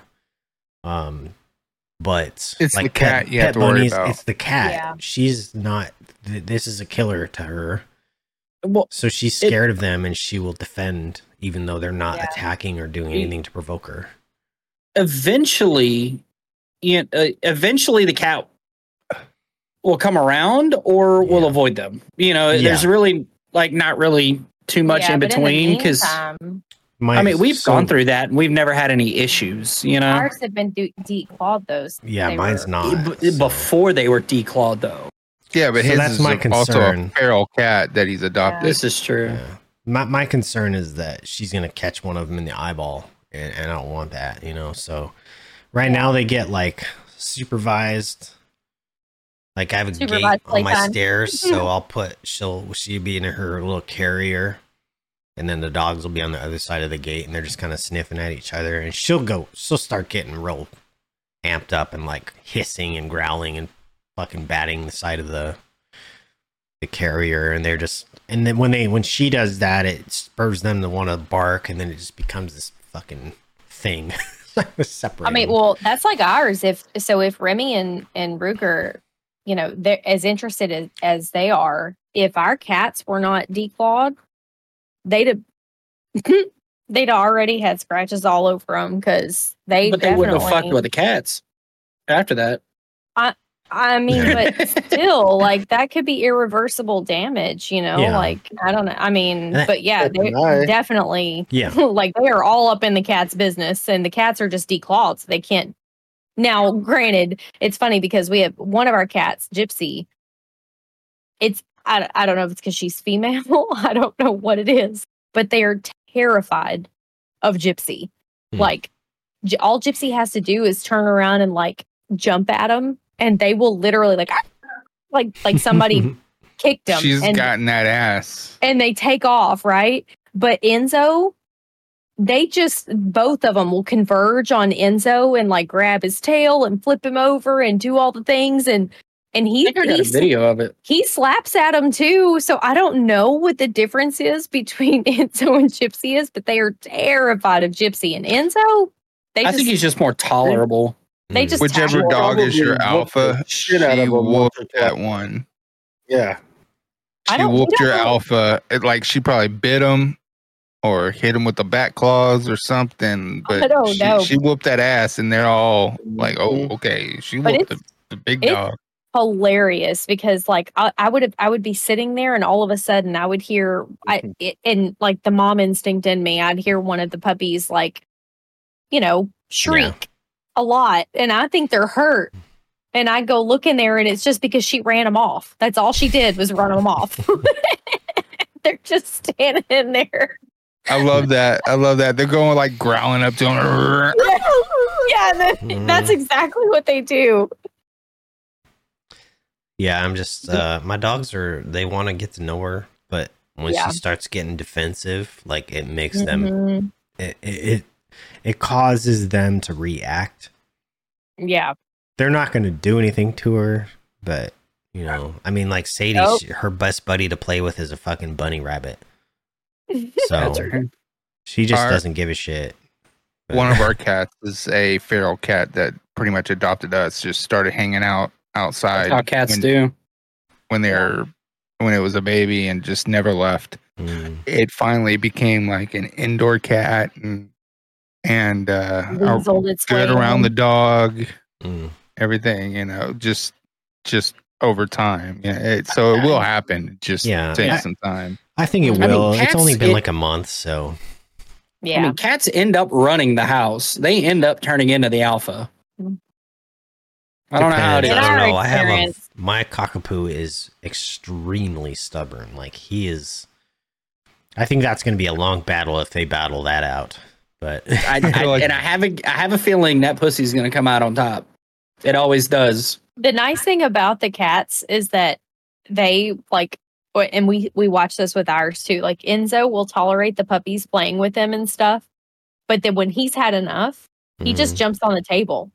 [SPEAKER 1] Um, but
[SPEAKER 4] It's the cat you have to worry about.
[SPEAKER 1] It's the cat.
[SPEAKER 2] Yeah.
[SPEAKER 1] She's not. Th- this is a killer to her.
[SPEAKER 2] Well,
[SPEAKER 1] so she's
[SPEAKER 2] it-
[SPEAKER 1] scared of them, and she will defend, even though they're not
[SPEAKER 2] Yeah.
[SPEAKER 1] attacking or doing
[SPEAKER 2] Ye-
[SPEAKER 1] anything to provoke her.
[SPEAKER 2] Eventually, you know, uh, eventually the cat will come around or will avoid them. You know,
[SPEAKER 1] Yeah.
[SPEAKER 2] there's really like not really too much
[SPEAKER 12] Yeah,
[SPEAKER 2] in
[SPEAKER 12] but the
[SPEAKER 2] between because.
[SPEAKER 12] meantime,
[SPEAKER 2] I mean, we've
[SPEAKER 1] so-
[SPEAKER 2] gone through that and we've never had any issues, you know?
[SPEAKER 12] ours have been de- declawed those.
[SPEAKER 1] Yeah,
[SPEAKER 12] They
[SPEAKER 1] mine's
[SPEAKER 12] were-
[SPEAKER 1] not.
[SPEAKER 2] B- Before they were declawed, though.
[SPEAKER 4] Yeah, but
[SPEAKER 1] So
[SPEAKER 4] his
[SPEAKER 1] that's
[SPEAKER 4] is
[SPEAKER 1] my
[SPEAKER 4] a- also a
[SPEAKER 1] concern.
[SPEAKER 4] feral cat that he's adopted.
[SPEAKER 2] This is true.
[SPEAKER 1] My my concern is that she's gonna catch one of them in the eyeball, and, and I don't want that, you know. So right now they get like supervised. Like I have a
[SPEAKER 12] Supervised
[SPEAKER 1] gate on my
[SPEAKER 12] playtime.
[SPEAKER 1] stairs, so I'll put she'll she'll be in her little carrier, and then the dogs will be on the other side of the gate, and they're just kind of sniffing at each other, and she'll go she'll start getting real amped up and like hissing and growling and fucking batting the side of the the carrier and they're just and then when they when she does that it spurs them to want to bark and then it just becomes this fucking thing separate
[SPEAKER 12] I mean, well, that's like ours. If so, if Remy and and Ruger, you know, they're as interested as, as they are. If our cats were not declawed, they'd have, they'd already had scratches all over them because they.
[SPEAKER 2] but they wouldn't have
[SPEAKER 12] definitely-
[SPEAKER 2] fucked with the cats after that.
[SPEAKER 12] I mean,
[SPEAKER 2] Yeah.
[SPEAKER 12] but still, like that could be irreversible damage, you know?
[SPEAKER 1] Yeah.
[SPEAKER 12] Like, I don't know. I mean,
[SPEAKER 1] And I-
[SPEAKER 12] but yeah,
[SPEAKER 1] Good
[SPEAKER 12] they
[SPEAKER 1] night.
[SPEAKER 12] definitely,
[SPEAKER 1] Yeah.
[SPEAKER 12] like they are all up in the cat's business and the cats are just declawed. So they can't. Now, granted, it's funny because we have one of our cats, Gypsy. It's, I, I don't know if it's because she's female. I don't know what it is, but they are terrified of Gypsy.
[SPEAKER 1] Hmm.
[SPEAKER 12] Like, gy- all Gypsy has to do is turn around and like jump at them, and they will literally like, like like somebody kicked them,
[SPEAKER 4] She's
[SPEAKER 12] and
[SPEAKER 4] gotten that ass.
[SPEAKER 12] and they take off right. But Enzo, they just both of them will converge on Enzo and like grab his tail and flip him over and do all the things and and he
[SPEAKER 2] I got a
[SPEAKER 12] he's-
[SPEAKER 2] video of it.
[SPEAKER 12] he slaps at him too. So I don't know what the difference is between Enzo and Gypsy is, but they are terrified of Gypsy and Enzo. They
[SPEAKER 2] I
[SPEAKER 12] just,
[SPEAKER 2] think he's just more tolerable.
[SPEAKER 12] they
[SPEAKER 1] Mm,
[SPEAKER 12] just
[SPEAKER 4] Whichever
[SPEAKER 12] tackle
[SPEAKER 4] dog is your
[SPEAKER 3] Probably whooped
[SPEAKER 4] alpha,
[SPEAKER 3] the
[SPEAKER 4] she
[SPEAKER 3] shit out of him once
[SPEAKER 4] whooped that one.
[SPEAKER 3] Yeah.
[SPEAKER 12] I
[SPEAKER 4] She
[SPEAKER 12] don't- we
[SPEAKER 4] whooped
[SPEAKER 12] don't
[SPEAKER 4] your
[SPEAKER 12] know.
[SPEAKER 4] alpha. It, like she probably bit him or hit him with the back claws or something. But
[SPEAKER 12] don't
[SPEAKER 4] she,
[SPEAKER 12] know. Mm-hmm.
[SPEAKER 4] she whooped that ass, and they're all like, "Oh, okay." She
[SPEAKER 12] But
[SPEAKER 4] whooped the,
[SPEAKER 12] it's-
[SPEAKER 4] the big
[SPEAKER 12] it's-
[SPEAKER 4] dog.
[SPEAKER 12] hilarious because like I, I would have I would be sitting there and all of a sudden I would hear I
[SPEAKER 4] Mm-hmm.
[SPEAKER 12] it, and like the mom instinct in me I'd hear one of the puppies like you know shriek a lot and I think they're hurt and I go look in there and it's just because she ran them off that's all she did was run them off they're just standing in there
[SPEAKER 4] I love that. I love that. They're going like growling up to him.
[SPEAKER 12] yeah and then, that's
[SPEAKER 4] Mm.
[SPEAKER 12] exactly what they do
[SPEAKER 1] yeah i'm just uh my dogs are they want to get to know her but when
[SPEAKER 12] Yeah.
[SPEAKER 1] she starts getting defensive like it makes them
[SPEAKER 12] Mhm.
[SPEAKER 1] it, it it it causes them to react
[SPEAKER 12] yeah
[SPEAKER 1] they're not going to do anything to her, but you know, I mean, like Sadie,
[SPEAKER 12] Nope.
[SPEAKER 1] she- her best buddy to play with is a fucking bunny rabbit, so
[SPEAKER 2] That's right.
[SPEAKER 1] she just
[SPEAKER 4] Our-
[SPEAKER 1] doesn't give a shit.
[SPEAKER 4] one of our cats is a feral cat that pretty much adopted us just started hanging out outside
[SPEAKER 2] How cats
[SPEAKER 4] when,
[SPEAKER 2] do.
[SPEAKER 4] when they're when it was a baby and just never left
[SPEAKER 1] Mm.
[SPEAKER 4] it finally became like an indoor cat and and uh are
[SPEAKER 12] Weaseled its way
[SPEAKER 4] good around
[SPEAKER 12] in.
[SPEAKER 4] the dog
[SPEAKER 1] Mm.
[SPEAKER 4] everything you know just just over time yeah it, so it will happen it just
[SPEAKER 1] Yeah.
[SPEAKER 4] takes
[SPEAKER 1] Yeah.
[SPEAKER 4] some time
[SPEAKER 1] I think it
[SPEAKER 2] I mean,
[SPEAKER 1] will. it's
[SPEAKER 2] cats,
[SPEAKER 1] only been
[SPEAKER 2] it-
[SPEAKER 1] like a month, so
[SPEAKER 12] yeah
[SPEAKER 2] I mean, cats end up running the house. They end up turning into the alpha. I don't know how it is.
[SPEAKER 1] Depends. I don't know. I have a,
[SPEAKER 12] experience-
[SPEAKER 1] my cockapoo is extremely stubborn. Like he is. I think that's going to be a long battle if they battle that out. But
[SPEAKER 2] I, I, and I have a I have a feeling that pussy's gonna come out on top. It always does.
[SPEAKER 12] the nice thing about the cats is that they like or- and we we watch this with ours too like enzo will tolerate the puppies playing with him and stuff but then when he's had enough He just
[SPEAKER 1] Mm-hmm.
[SPEAKER 12] jumps on the table.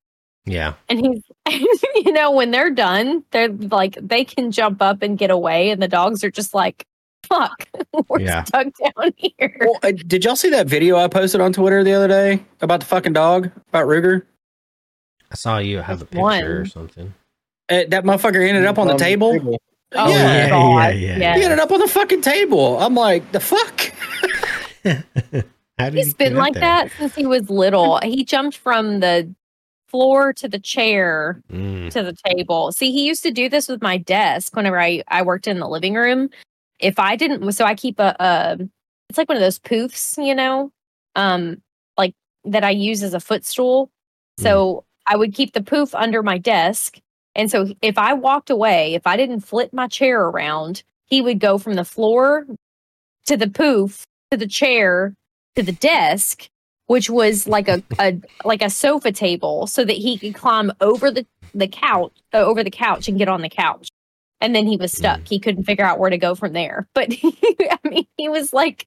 [SPEAKER 1] Mm, Yeah.
[SPEAKER 12] And he's, you know, when they're done, they're like, they can jump up and get away. And the dogs are just like, fuck, we're
[SPEAKER 1] Yeah.
[SPEAKER 12] stuck down here.
[SPEAKER 2] Well, uh, did y'all see that video I posted on Twitter the other day about the fucking dog, about Ruger?
[SPEAKER 1] I saw you have a picture
[SPEAKER 2] one.
[SPEAKER 1] or something.
[SPEAKER 2] Uh, that motherfucker ended up on the table.
[SPEAKER 1] Oh, yeah, yeah, yeah, yeah.
[SPEAKER 2] He ended up on the fucking table. I'm like, the fuck?
[SPEAKER 1] How did
[SPEAKER 12] He's
[SPEAKER 1] he get
[SPEAKER 12] been
[SPEAKER 1] up
[SPEAKER 12] like
[SPEAKER 1] there?
[SPEAKER 12] that since he was little. He jumped from the floor to the chair
[SPEAKER 1] Mm.
[SPEAKER 12] to the table. See, he used to do this with my desk whenever I, I worked in the living room. If I didn't, so I keep a, a it's like one of those poofs, you know, um, like that I use as a footstool. So I would keep the poof under my desk. And so if I walked away, if I didn't flip my chair around, he would go from the floor to the poof to the chair to the desk which was like a, a like a sofa table so that he could climb over the the couch uh, over the couch and get on the couch and then he was stuck
[SPEAKER 1] Mm.
[SPEAKER 12] he couldn't figure out where to go from there but he, i mean he was like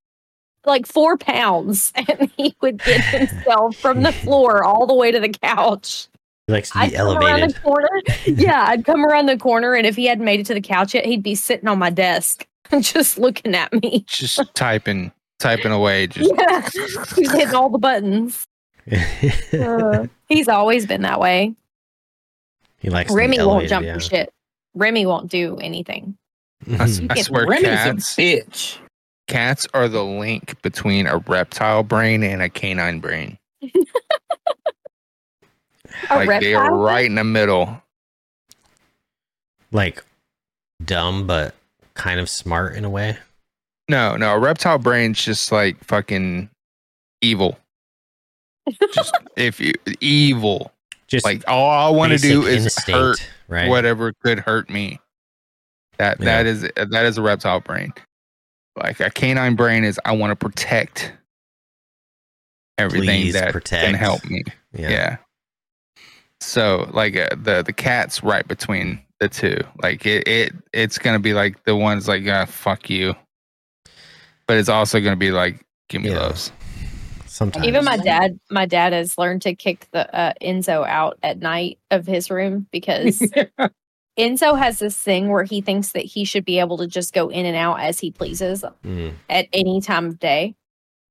[SPEAKER 12] like four pounds and he would get himself from the floor all the way to the couch
[SPEAKER 1] He likes to
[SPEAKER 12] I'd
[SPEAKER 1] be
[SPEAKER 12] come around
[SPEAKER 1] elevated.
[SPEAKER 12] the corner. Yeah, I'd come around the corner, and if he hadn't made it to the couch yet, he'd be sitting on my desk, just looking at me.
[SPEAKER 4] Just typing, typing away. Just
[SPEAKER 12] Yeah, he's hitting all the buttons. Uh, he's always been that way.
[SPEAKER 1] He likes
[SPEAKER 12] Remy
[SPEAKER 1] to be
[SPEAKER 12] won't
[SPEAKER 1] elevated,
[SPEAKER 12] jump
[SPEAKER 1] yeah.
[SPEAKER 12] for shit. Remy won't do anything.
[SPEAKER 4] I, s- I
[SPEAKER 12] Yeah,
[SPEAKER 4] swear,
[SPEAKER 12] Remy's a
[SPEAKER 4] cats.
[SPEAKER 2] bitch.
[SPEAKER 4] Cats are the link between a reptile brain and a canine brain.
[SPEAKER 12] A
[SPEAKER 4] like they are
[SPEAKER 12] reptile?
[SPEAKER 4] right in the middle.
[SPEAKER 1] Like dumb, but kind of smart in a way.
[SPEAKER 4] No, no, a reptile brain's just like fucking evil. Just if you evil,
[SPEAKER 1] Just
[SPEAKER 4] like all I want to do
[SPEAKER 1] basic
[SPEAKER 4] is
[SPEAKER 1] instinct,
[SPEAKER 4] hurt
[SPEAKER 1] right?
[SPEAKER 4] whatever could hurt me. That that is that is a reptile brain. Like a canine brain is I want to protect everything
[SPEAKER 1] Please
[SPEAKER 4] that can
[SPEAKER 1] protect.
[SPEAKER 4] help me.
[SPEAKER 1] Yeah.
[SPEAKER 4] Yeah. So like uh, the the cat's right between the two. Like it, it it's gonna be like the one's like ah fuck you, but it's also gonna be like give me loves.
[SPEAKER 1] Sometimes
[SPEAKER 12] Even my dad, my dad has learned to kick the uh, Enzo out at night of his room because Enzo has this thing where he thinks that he should be able to just go in and out as he pleases
[SPEAKER 1] Mm.
[SPEAKER 12] at any time of day.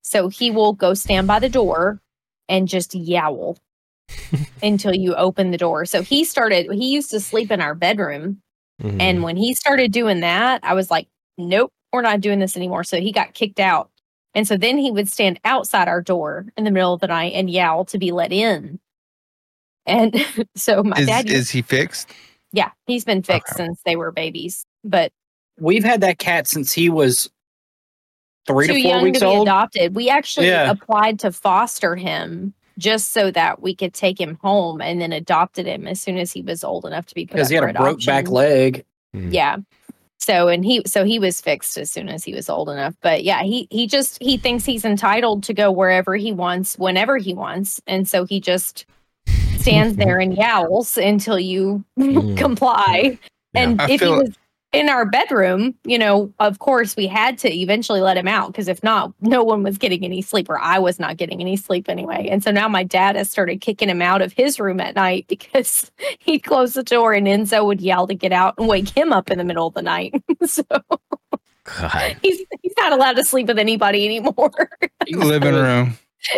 [SPEAKER 12] So he will go stand by the door and just yowl until you open the door. So he started, he used to sleep in our bedroom.
[SPEAKER 1] Mm-hmm.
[SPEAKER 2] Mm-hmm.
[SPEAKER 12] And when he started doing that, I was like, nope, we're not doing this anymore. So he got kicked out. And so then he would stand outside our door in the middle of the night and yowl to be let in. And so my
[SPEAKER 4] Is
[SPEAKER 12] dad,
[SPEAKER 4] is he fixed?
[SPEAKER 12] yeah, he's been fixed since they were babies, but
[SPEAKER 2] We've had that cat since he was three
[SPEAKER 12] too
[SPEAKER 2] to four
[SPEAKER 12] young
[SPEAKER 2] weeks
[SPEAKER 12] to be
[SPEAKER 2] old.
[SPEAKER 12] adopted. We actually
[SPEAKER 2] Yeah.
[SPEAKER 12] applied to foster him just so that we could take him home and then adopted him as soon as he was old enough to be put
[SPEAKER 2] Because
[SPEAKER 12] up
[SPEAKER 2] he had
[SPEAKER 12] for
[SPEAKER 2] a broke back
[SPEAKER 12] adoption.
[SPEAKER 2] leg.
[SPEAKER 12] Yeah. So and he so he was fixed as soon as he was old enough. But yeah, he he just he thinks he's entitled to go wherever he wants, whenever he wants, and so he just stands there and yowls until you comply. And
[SPEAKER 4] Yeah. I
[SPEAKER 12] if he
[SPEAKER 4] feel-
[SPEAKER 12] was in our bedroom, you know, of course we had to eventually let him out because if not, no one was getting any sleep or I was not getting any sleep anyway. And so now my dad has started kicking him out of his room at night because he'd close the door and Enzo would yell to get out and wake him up in the middle of the night. so
[SPEAKER 1] God.
[SPEAKER 12] he's he's not allowed to sleep with anybody anymore.
[SPEAKER 4] Living room.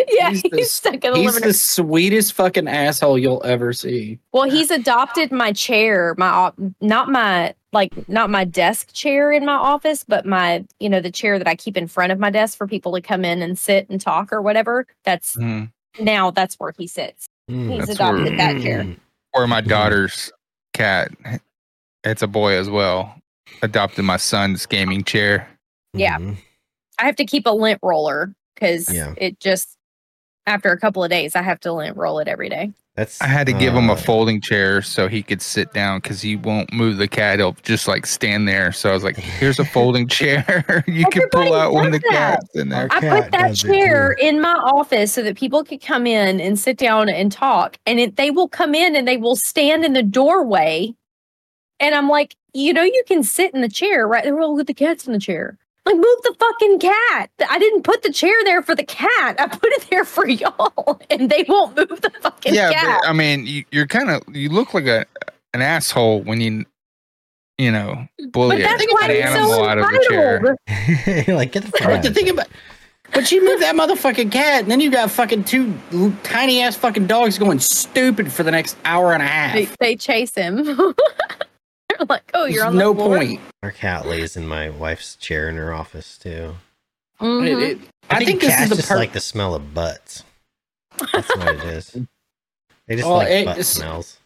[SPEAKER 12] yeah, he's, stuck in the
[SPEAKER 2] He's
[SPEAKER 12] living room.
[SPEAKER 2] the sweetest fucking asshole you'll ever see.
[SPEAKER 12] Well, he's adopted my chair, my op- not my like not my desk chair in my office, but my you know the chair that I keep in front of my desk for people to come in and sit and talk or whatever. That's
[SPEAKER 4] Mm.
[SPEAKER 12] now that's where he sits.
[SPEAKER 1] Mm.
[SPEAKER 12] he's
[SPEAKER 4] Hmm, That's
[SPEAKER 12] adopted
[SPEAKER 4] where- Hmm.
[SPEAKER 12] that chair.
[SPEAKER 4] Or my daughter's cat. It's a boy as well. Adopted my son's gaming chair.
[SPEAKER 12] Yeah,
[SPEAKER 1] Mm-hmm.
[SPEAKER 12] I have to keep a lint roller because
[SPEAKER 4] Yeah.
[SPEAKER 12] it just after a couple of days I have to lint roll it every day.
[SPEAKER 1] That's
[SPEAKER 4] I had to give him
[SPEAKER 1] uh,
[SPEAKER 4] a folding chair so he could sit down because he won't move the cat. He'll just like stand there. So I was like, "Here's a folding chair. you can pull out when the
[SPEAKER 12] does that.
[SPEAKER 4] cat's in there."
[SPEAKER 12] I put that chair in my office so that people could come in and sit down and talk. And it, they will come in and they will stand in the doorway. And I'm like, you know, you can sit in the chair, right? They're all with the cats in the chair. Like move the fucking cat. I didn't put the chair there for the cat. I put it there for y'all, and they won't move the fucking
[SPEAKER 4] yeah,
[SPEAKER 12] cat.
[SPEAKER 4] but I mean, you, you're kind of you look like a an asshole when you you know bully
[SPEAKER 2] But
[SPEAKER 4] a-
[SPEAKER 2] that's why
[SPEAKER 4] an
[SPEAKER 2] he's so
[SPEAKER 4] animal out of the chair.
[SPEAKER 1] uh, like get the fuck
[SPEAKER 2] But the thing about, but you move that motherfucking cat, and then you got fucking two tiny ass fucking dogs going stupid for the next hour and a half.
[SPEAKER 12] They, they chase him. They're like, oh, you're
[SPEAKER 2] There's
[SPEAKER 12] on the
[SPEAKER 2] no
[SPEAKER 12] floor.
[SPEAKER 2] point.
[SPEAKER 1] Our cat lays in my wife's chair in her office too.
[SPEAKER 12] Mhm.
[SPEAKER 2] It- it- I, think,
[SPEAKER 1] cats
[SPEAKER 2] this is the
[SPEAKER 1] just
[SPEAKER 2] per-
[SPEAKER 1] like the smell of butts. That's what it is. They just
[SPEAKER 2] Oh,
[SPEAKER 1] like
[SPEAKER 2] it-
[SPEAKER 1] butt
[SPEAKER 2] it's-
[SPEAKER 1] smells.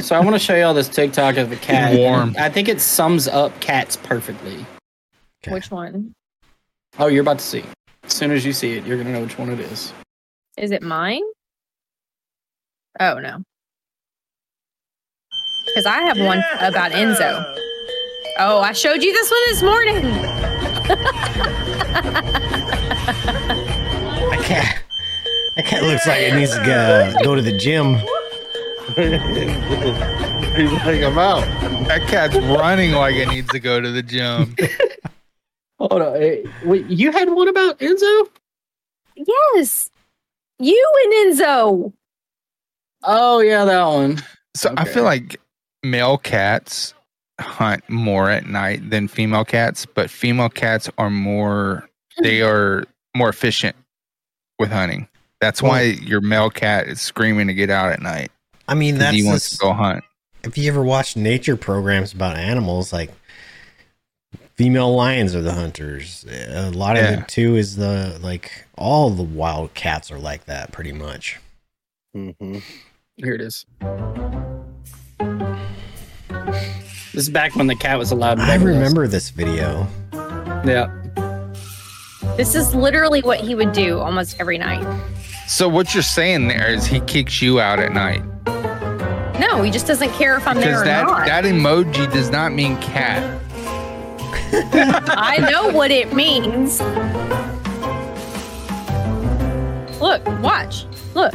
[SPEAKER 2] so I want to show y'all this TikTok of the cat.
[SPEAKER 4] Warm.
[SPEAKER 2] I think it sums up cats perfectly.
[SPEAKER 12] Which one
[SPEAKER 2] Oh, you're about to see. As soon as you see it, you're gonna know which one it is.
[SPEAKER 12] is it? Mine? Oh no, because I have one about Enzo. Oh, I showed you this one this morning.
[SPEAKER 1] That cat, that cat looks like it needs to go, go to the gym.
[SPEAKER 3] He's like, I'm out.
[SPEAKER 4] That cat's running like it needs to go to the gym.
[SPEAKER 2] Hold on. eh, Wait, you had one about Enzo?
[SPEAKER 12] Yes, you and Enzo.
[SPEAKER 2] Oh yeah, that one.
[SPEAKER 4] So I feel like male cats hunt more at night than female cats, but female cats are more they are more efficient with hunting. That's why your male cat is screaming to get out at night.
[SPEAKER 1] I mean,
[SPEAKER 4] 'cause
[SPEAKER 1] that's
[SPEAKER 4] he wants
[SPEAKER 1] this-
[SPEAKER 4] to go hunt.
[SPEAKER 1] if you ever watch nature programs about animals, like female lions are the hunters. A lot of
[SPEAKER 4] Yeah.
[SPEAKER 1] it too is the like all the wild cats are like that pretty much.
[SPEAKER 3] Mm-hmm.
[SPEAKER 2] Here it is. This is back when the cat was allowed. in
[SPEAKER 1] I
[SPEAKER 2] Beverly Hills.
[SPEAKER 1] remember this video.
[SPEAKER 2] Yeah.
[SPEAKER 12] This is literally what he would do almost every night.
[SPEAKER 4] So what you're saying there is he kicks you out at night
[SPEAKER 12] No, he just doesn't care if I'm there
[SPEAKER 4] because
[SPEAKER 12] or
[SPEAKER 4] that
[SPEAKER 12] not.
[SPEAKER 4] that emoji does not mean cat.
[SPEAKER 12] I know what it means. Look, watch. Look.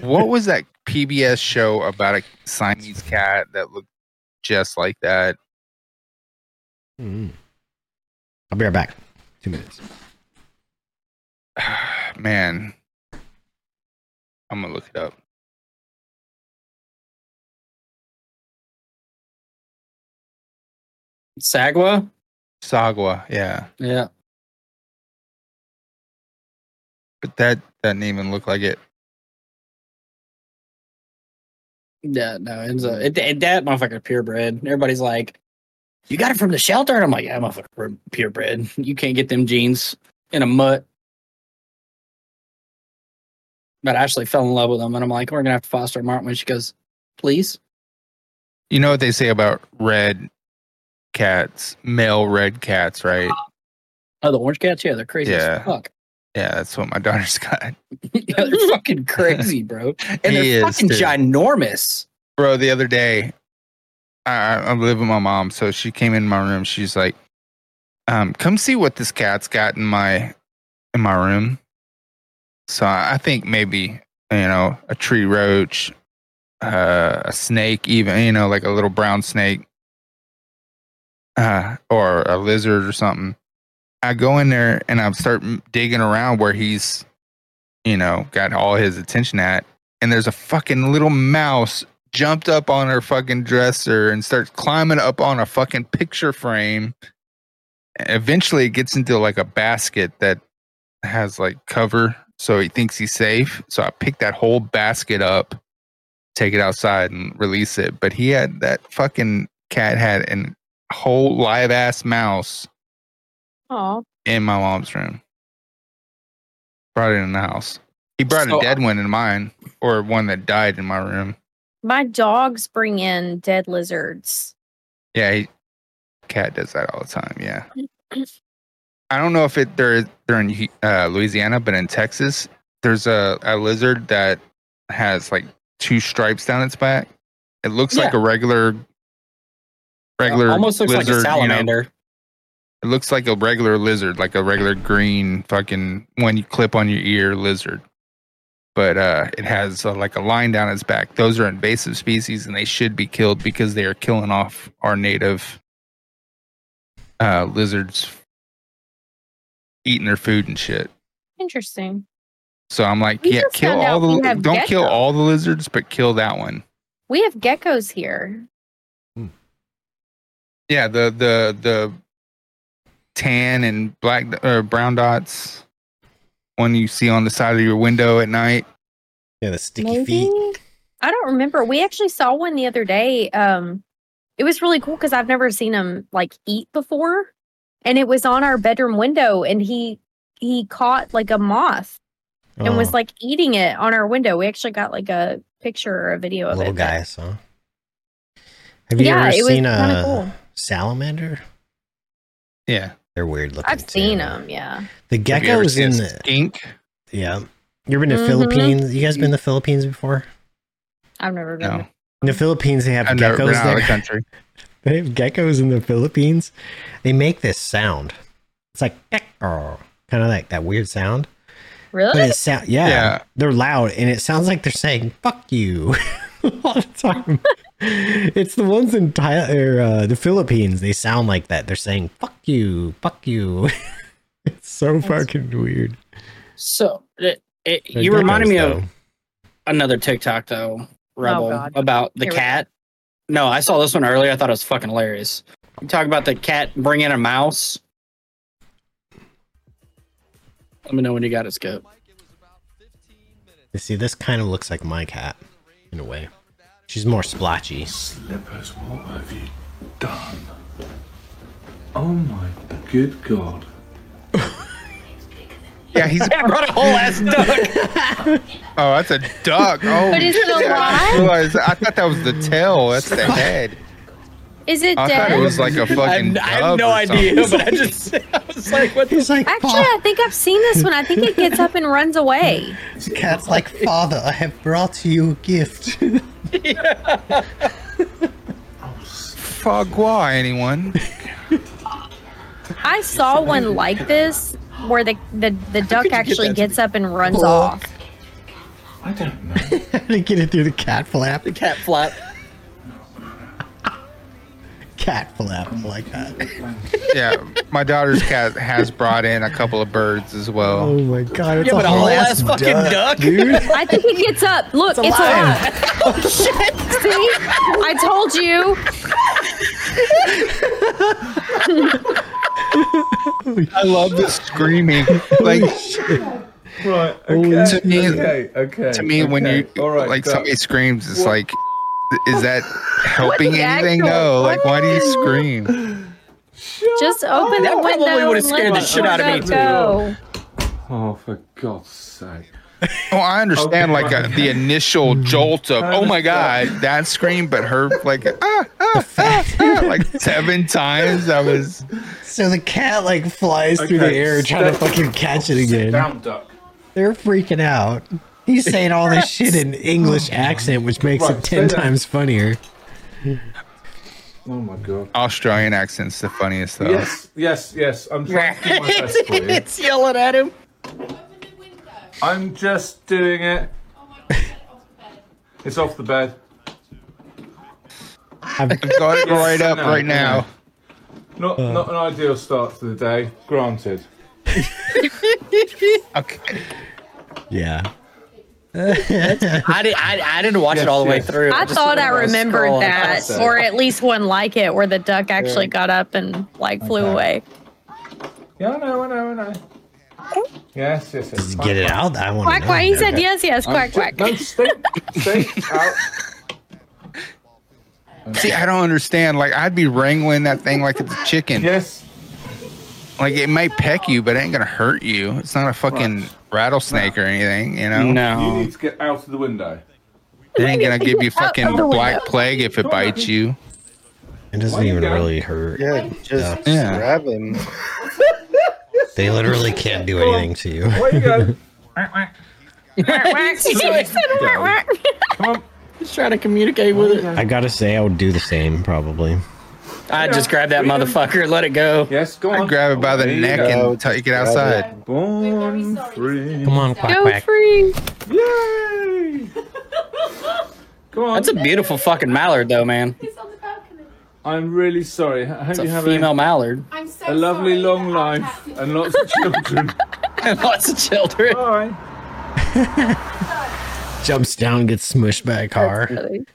[SPEAKER 4] What was that PBS show about a Siamese cat that looked just like that?
[SPEAKER 1] Mm. I'll be right back. Two minutes.
[SPEAKER 4] Man, I'm gonna look it up.
[SPEAKER 2] Sagwa.
[SPEAKER 4] Sagwa, yeah,
[SPEAKER 2] Yeah.
[SPEAKER 4] but that doesn't even look like it.
[SPEAKER 2] Yeah. No, Enzo.
[SPEAKER 4] Mm.
[SPEAKER 2] It, it, that motherfucker purebred. Everybody's like, "You got it from the shelter," and I'm like, "Yeah, motherfucker, purebred. You can't get them jeans in a mutt." But I actually fell in love with them, and I'm like, "We're gonna have to foster Martin." When she goes, "Please."
[SPEAKER 4] You know what they say about red cats, male red cats, right?
[SPEAKER 2] Oh, the orange cats. Yeah, they're crazy
[SPEAKER 4] Yeah.
[SPEAKER 2] as fuck.
[SPEAKER 4] Yeah, that's what my daughter's got.
[SPEAKER 2] yeah, they're fucking crazy, bro. And
[SPEAKER 4] He
[SPEAKER 2] they're
[SPEAKER 4] is,
[SPEAKER 2] fucking
[SPEAKER 4] dude.
[SPEAKER 2] ginormous.
[SPEAKER 4] Bro, the other day, I, I- I live with my mom, so she came in my room. She's like, um, "Come see what this cat's got in my in my room." So I I think maybe you know a tree roach, uh, a snake, even you know like a little brown snake, uh, or a lizard or something. I go in there and I start m- digging around where he's, you know, got all his attention at, and there's a fucking little mouse jumped up on her fucking dresser and starts climbing up on a fucking picture frame. Eventually, it gets into like a basket that has like cover, so he thinks he's safe. So I pick that whole basket up, take it outside, and release it. But he had that fucking cat had an whole live ass mouse
[SPEAKER 12] Aw.
[SPEAKER 4] in my mom's room. Brought it in the house. He brought
[SPEAKER 2] So-
[SPEAKER 4] a dead one in mine, or one that died in my room.
[SPEAKER 12] My dogs bring in dead lizards.
[SPEAKER 4] Yeah, he, cat does that all the time. Yeah, I don't know if it they're they're in uh, Louisiana, but in Texas, there's a, a lizard that has like two stripes down its back. It looks like
[SPEAKER 2] Yeah.
[SPEAKER 4] a regular, regular
[SPEAKER 2] Almost looks like a
[SPEAKER 4] lizard, you know,
[SPEAKER 2] salamander.
[SPEAKER 4] It looks like a regular lizard, like a regular green fucking one you clip on your ear lizard. But uh, it has uh, like a line down its back. Those are invasive species, and they should be killed because they are killing off our native uh, lizards, eating their food and shit.
[SPEAKER 12] Interesting.
[SPEAKER 4] So I'm like,
[SPEAKER 12] We
[SPEAKER 4] yeah,
[SPEAKER 12] just
[SPEAKER 4] kill
[SPEAKER 12] found
[SPEAKER 4] all
[SPEAKER 12] out we
[SPEAKER 4] the
[SPEAKER 12] have
[SPEAKER 4] don't kill
[SPEAKER 12] gecko.
[SPEAKER 4] all the lizards, but kill that one.
[SPEAKER 12] We have geckos here.
[SPEAKER 4] Yeah, the the the tan and black or brown dots one you see on the side of your window at night.
[SPEAKER 1] Yeah, the sticky
[SPEAKER 12] Maybe. I don't remember. We actually saw one the other day. Um, it was really cool because I've never seen him like eat before, and it was on our bedroom window, and he he caught like a moth and
[SPEAKER 1] Oh.
[SPEAKER 12] was like eating it on our window. We actually got like a picture or a video of
[SPEAKER 1] little
[SPEAKER 12] it.
[SPEAKER 1] guys, huh? Have you
[SPEAKER 12] Yeah,
[SPEAKER 1] ever
[SPEAKER 12] it was
[SPEAKER 1] seen uh,
[SPEAKER 12] kinda
[SPEAKER 1] a
[SPEAKER 12] cool.
[SPEAKER 1] salamander?
[SPEAKER 4] Yeah,
[SPEAKER 1] they're weird looking.
[SPEAKER 12] I've seen him. Yeah.
[SPEAKER 1] The
[SPEAKER 4] Have you ever
[SPEAKER 1] geckos
[SPEAKER 4] seen
[SPEAKER 1] in
[SPEAKER 4] a
[SPEAKER 1] the
[SPEAKER 4] skink.
[SPEAKER 1] yeah. You've been to
[SPEAKER 12] Mhm.
[SPEAKER 1] Philippines? You guys been to the Philippines before?
[SPEAKER 12] I've never been.
[SPEAKER 4] No,
[SPEAKER 1] In the Philippines, they have
[SPEAKER 4] I've never
[SPEAKER 1] geckos
[SPEAKER 4] been out of the
[SPEAKER 1] there.
[SPEAKER 4] country.
[SPEAKER 1] They have geckos in the Philippines. They make this sound. It's like oh, kind of like that weird sound. But
[SPEAKER 12] Really?
[SPEAKER 1] it sound yeah,
[SPEAKER 4] Yeah.
[SPEAKER 1] They're loud and it sounds like they're saying "fuck you" all the time. it's the ones in Thailand or uh, the Philippines. They sound like that. They're saying "fuck you, fuck you." it's so fucking weird.
[SPEAKER 2] So it, it,
[SPEAKER 1] They're
[SPEAKER 2] you reminded
[SPEAKER 1] geckos,
[SPEAKER 2] me
[SPEAKER 1] though.
[SPEAKER 2] of another TikTok though, Rebel,
[SPEAKER 12] Oh, God.
[SPEAKER 2] about the
[SPEAKER 12] Here we go.
[SPEAKER 2] cat. No, I saw this one earlier. I thought it was fucking hilarious. You talk about the cat bringing a mouse. Let me know when you got it, Skip.
[SPEAKER 1] You see, this kind of looks like my cat in a way. She's more splotchy.
[SPEAKER 13] Slippers, what have you done? Oh my good god.
[SPEAKER 4] Yeah, he's
[SPEAKER 2] I brought a whole ass duck.
[SPEAKER 4] oh, that's a duck. Oh,
[SPEAKER 12] But it's still
[SPEAKER 4] shit, I,
[SPEAKER 12] alive?
[SPEAKER 4] didn't realize- I thought that was the tail. That's the head.
[SPEAKER 12] Is it uh,
[SPEAKER 4] I
[SPEAKER 12] dead?
[SPEAKER 4] thought it was like a fucking.
[SPEAKER 2] I, I have
[SPEAKER 4] dove
[SPEAKER 2] no
[SPEAKER 4] or
[SPEAKER 2] idea,
[SPEAKER 4] something.
[SPEAKER 2] but I just I was like, what? the-
[SPEAKER 1] He's like,
[SPEAKER 12] Actually, I think I've seen this one. I think it gets up and runs away.
[SPEAKER 1] cat's like, "Father, I have brought you a gift."
[SPEAKER 4] Fuck why anyone?
[SPEAKER 12] I saw one like this where the the, the duck
[SPEAKER 2] could you get
[SPEAKER 12] actually
[SPEAKER 2] that to
[SPEAKER 12] gets up and runs
[SPEAKER 1] Look.
[SPEAKER 12] off.
[SPEAKER 13] I don't know.
[SPEAKER 1] I didn't get it through the cat flap.
[SPEAKER 2] The cat flap.
[SPEAKER 1] Cat flap I like that.
[SPEAKER 4] Yeah, my daughter's cat has brought in a couple of birds as well.
[SPEAKER 1] Oh my god! It's
[SPEAKER 2] Yeah,
[SPEAKER 1] a
[SPEAKER 2] but a
[SPEAKER 1] whole, ass,
[SPEAKER 2] fucking
[SPEAKER 1] duck,
[SPEAKER 2] duck.
[SPEAKER 1] dude.
[SPEAKER 12] I think it gets up. Look, it's, alive.
[SPEAKER 2] Oh,
[SPEAKER 12] See, I told you.
[SPEAKER 4] I love the screaming. Like
[SPEAKER 13] Right,
[SPEAKER 4] To me-
[SPEAKER 13] okay, okay.
[SPEAKER 4] to me, when
[SPEAKER 13] okay.
[SPEAKER 4] you
[SPEAKER 13] All right,
[SPEAKER 4] like
[SPEAKER 13] go.
[SPEAKER 4] somebody screams, it's like, is that
[SPEAKER 12] What
[SPEAKER 4] helping
[SPEAKER 12] the
[SPEAKER 4] anything?
[SPEAKER 12] actual
[SPEAKER 4] No. Like, why do you scream?
[SPEAKER 12] Just open
[SPEAKER 2] Oh, That
[SPEAKER 12] the
[SPEAKER 2] probably
[SPEAKER 12] window.
[SPEAKER 2] would've
[SPEAKER 12] and let
[SPEAKER 2] scared the shit out of me,
[SPEAKER 12] duck
[SPEAKER 2] too.
[SPEAKER 12] go.
[SPEAKER 13] Oh, for God's sake.
[SPEAKER 4] Oh, I understand
[SPEAKER 13] Okay,
[SPEAKER 4] like a,
[SPEAKER 13] okay.
[SPEAKER 4] the initial jolt of
[SPEAKER 13] I
[SPEAKER 4] oh my god
[SPEAKER 13] understand.
[SPEAKER 4] that scream, but her like ah, ah, ah, ah, like seven times. I was
[SPEAKER 1] So the cat like flies through the
[SPEAKER 13] Okay,
[SPEAKER 1] air trying to
[SPEAKER 13] step-
[SPEAKER 1] fucking catch it
[SPEAKER 13] Sit
[SPEAKER 1] again.
[SPEAKER 13] down, duck.
[SPEAKER 1] They're freaking out. He's saying all this shit in English accent, which makes
[SPEAKER 13] Right,
[SPEAKER 1] it ten
[SPEAKER 13] say that.
[SPEAKER 1] times funnier.
[SPEAKER 13] Oh my god.
[SPEAKER 4] Australian accents the funniest though.
[SPEAKER 13] Yes, yes, yes. I'm trying to do my best for you.
[SPEAKER 2] it's yelling at him.
[SPEAKER 13] I'm just doing it. It's off the bed.
[SPEAKER 4] I've got it right up
[SPEAKER 13] No,
[SPEAKER 4] right
[SPEAKER 13] no.
[SPEAKER 4] now.
[SPEAKER 13] Not
[SPEAKER 4] Uh.
[SPEAKER 13] not an ideal start to the day, granted.
[SPEAKER 4] Okay.
[SPEAKER 1] Yeah.
[SPEAKER 2] I, did, I, I didn't watch
[SPEAKER 13] Yes,
[SPEAKER 2] it all the way
[SPEAKER 13] yes.
[SPEAKER 2] through.
[SPEAKER 12] I
[SPEAKER 2] just
[SPEAKER 12] thought I
[SPEAKER 2] was
[SPEAKER 12] remembered
[SPEAKER 2] scrolling.
[SPEAKER 12] that,
[SPEAKER 13] so.
[SPEAKER 12] or at least one like it, where the duck actually got up and like flew
[SPEAKER 13] Okay.
[SPEAKER 12] away.
[SPEAKER 13] Yeah, I know, I know, I know. Yes, yes, yes.
[SPEAKER 1] Does he get it out? I want
[SPEAKER 12] Quack
[SPEAKER 1] to know.
[SPEAKER 12] quack. He said yes, yes.
[SPEAKER 13] I'm
[SPEAKER 12] Quack
[SPEAKER 13] ju-
[SPEAKER 12] quack.
[SPEAKER 13] No, stay, stay out.
[SPEAKER 4] See, I don't understand. Like, I'd be wrangling that thing like it's a chicken.
[SPEAKER 13] Yes.
[SPEAKER 4] Like, it might peck you, but it ain't gonna hurt you. It's not a fucking rattlesnake or anything, you know?
[SPEAKER 13] You
[SPEAKER 2] No.
[SPEAKER 13] need to get out of the window.
[SPEAKER 4] It ain't gonna give you fucking
[SPEAKER 12] Out the
[SPEAKER 4] black
[SPEAKER 12] window.
[SPEAKER 4] plague if it bites you.
[SPEAKER 1] It doesn't even really hurt.
[SPEAKER 3] Yeah, just
[SPEAKER 4] Yeah.
[SPEAKER 3] grab him.
[SPEAKER 1] They literally can't do anything to you.
[SPEAKER 13] Where you go?
[SPEAKER 12] He said, "Quack, quack."
[SPEAKER 13] Come on.
[SPEAKER 12] Oh,
[SPEAKER 2] Just trying to communicate with it.
[SPEAKER 1] I gotta say, I would do the same probably.
[SPEAKER 2] I just grab that motherfucker and let it go.
[SPEAKER 13] Yes, go on.
[SPEAKER 4] Grab it by the
[SPEAKER 13] Way
[SPEAKER 4] neck
[SPEAKER 13] out.
[SPEAKER 4] and take it outside.
[SPEAKER 13] Born free.
[SPEAKER 1] Come on, quack quack.
[SPEAKER 9] free.
[SPEAKER 13] Yay! Go on.
[SPEAKER 2] That's a beautiful fucking mallard, though, man.
[SPEAKER 13] I'm really sorry. I hope
[SPEAKER 2] It's
[SPEAKER 13] you
[SPEAKER 2] a
[SPEAKER 13] have
[SPEAKER 2] female
[SPEAKER 13] a,
[SPEAKER 2] mallard.
[SPEAKER 13] a lovely long life and lots of children.
[SPEAKER 2] Lots of children.
[SPEAKER 13] Bye.
[SPEAKER 1] Jumps down, gets smushed by a car.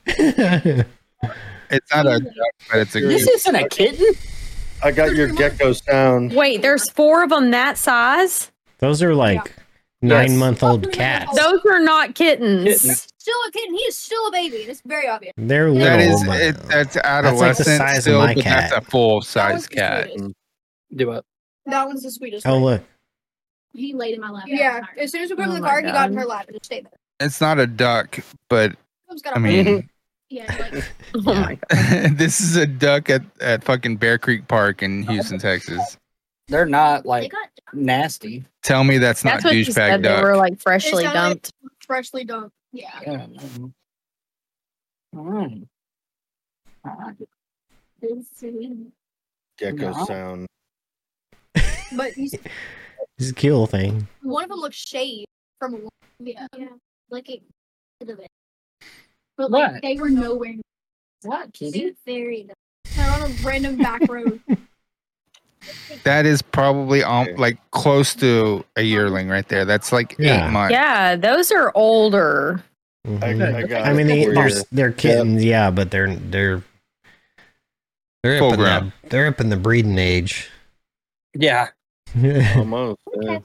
[SPEAKER 4] It's not a, but it's a.
[SPEAKER 2] This isn't a kitten.
[SPEAKER 3] I got your geckos down.
[SPEAKER 12] Wait, there's four of them that size.
[SPEAKER 1] Those are like nine month old cats.
[SPEAKER 12] Those are not kittens.
[SPEAKER 7] Still a kitten. He is still a baby. It's very obvious.
[SPEAKER 1] They're little.
[SPEAKER 4] That is
[SPEAKER 1] but-
[SPEAKER 4] it, that's
[SPEAKER 1] like
[SPEAKER 4] adolescent
[SPEAKER 1] the size of
[SPEAKER 4] still,
[SPEAKER 1] my
[SPEAKER 4] but that's
[SPEAKER 1] cat.
[SPEAKER 4] a full size cat.
[SPEAKER 2] Do it.
[SPEAKER 7] That one's the sweetest.
[SPEAKER 1] oh look,
[SPEAKER 7] He laid in my lap. Yeah. As soon as we put him in the
[SPEAKER 9] my
[SPEAKER 7] car, he got in
[SPEAKER 9] God.
[SPEAKER 7] her lap and just stayed there.
[SPEAKER 4] It's not a duck, but
[SPEAKER 7] Mom's got
[SPEAKER 4] I
[SPEAKER 7] a-
[SPEAKER 4] mean,
[SPEAKER 7] Yeah. Like,
[SPEAKER 9] Oh my god.
[SPEAKER 4] this is a duck at, at fucking Bear Creek Park in Houston, Texas.
[SPEAKER 2] They're not like
[SPEAKER 7] got
[SPEAKER 2] nasty.
[SPEAKER 4] Tell me that's not
[SPEAKER 12] That's what she
[SPEAKER 4] douchebag
[SPEAKER 12] said. They were
[SPEAKER 4] duck.
[SPEAKER 12] like freshly
[SPEAKER 7] sounded like-
[SPEAKER 12] dumped.
[SPEAKER 7] freshly dumped. Yeah.
[SPEAKER 2] Yeah. mm. All right. All right.
[SPEAKER 3] Gecko
[SPEAKER 2] No.
[SPEAKER 3] sound.
[SPEAKER 7] But he's,
[SPEAKER 1] this kill thing.
[SPEAKER 7] one of them looks shade from a woman. Yeah. Like it. But
[SPEAKER 2] like, What?
[SPEAKER 7] they were nowhere.
[SPEAKER 2] What, kitty?
[SPEAKER 7] They're on a random back road.
[SPEAKER 4] That is probably um, like close to a yearling right there. That's like
[SPEAKER 1] Yeah.
[SPEAKER 4] eight months.
[SPEAKER 12] Yeah, those are older.
[SPEAKER 1] Mhm.
[SPEAKER 3] I, I, got
[SPEAKER 1] I mean, they,
[SPEAKER 3] it for
[SPEAKER 1] they're
[SPEAKER 3] you.
[SPEAKER 1] they're kittens, yeah, but they're they're they're
[SPEAKER 4] Full
[SPEAKER 1] up in
[SPEAKER 4] grown.
[SPEAKER 1] the, they're up in the breeding age.
[SPEAKER 2] Yeah.
[SPEAKER 3] almost. yeah.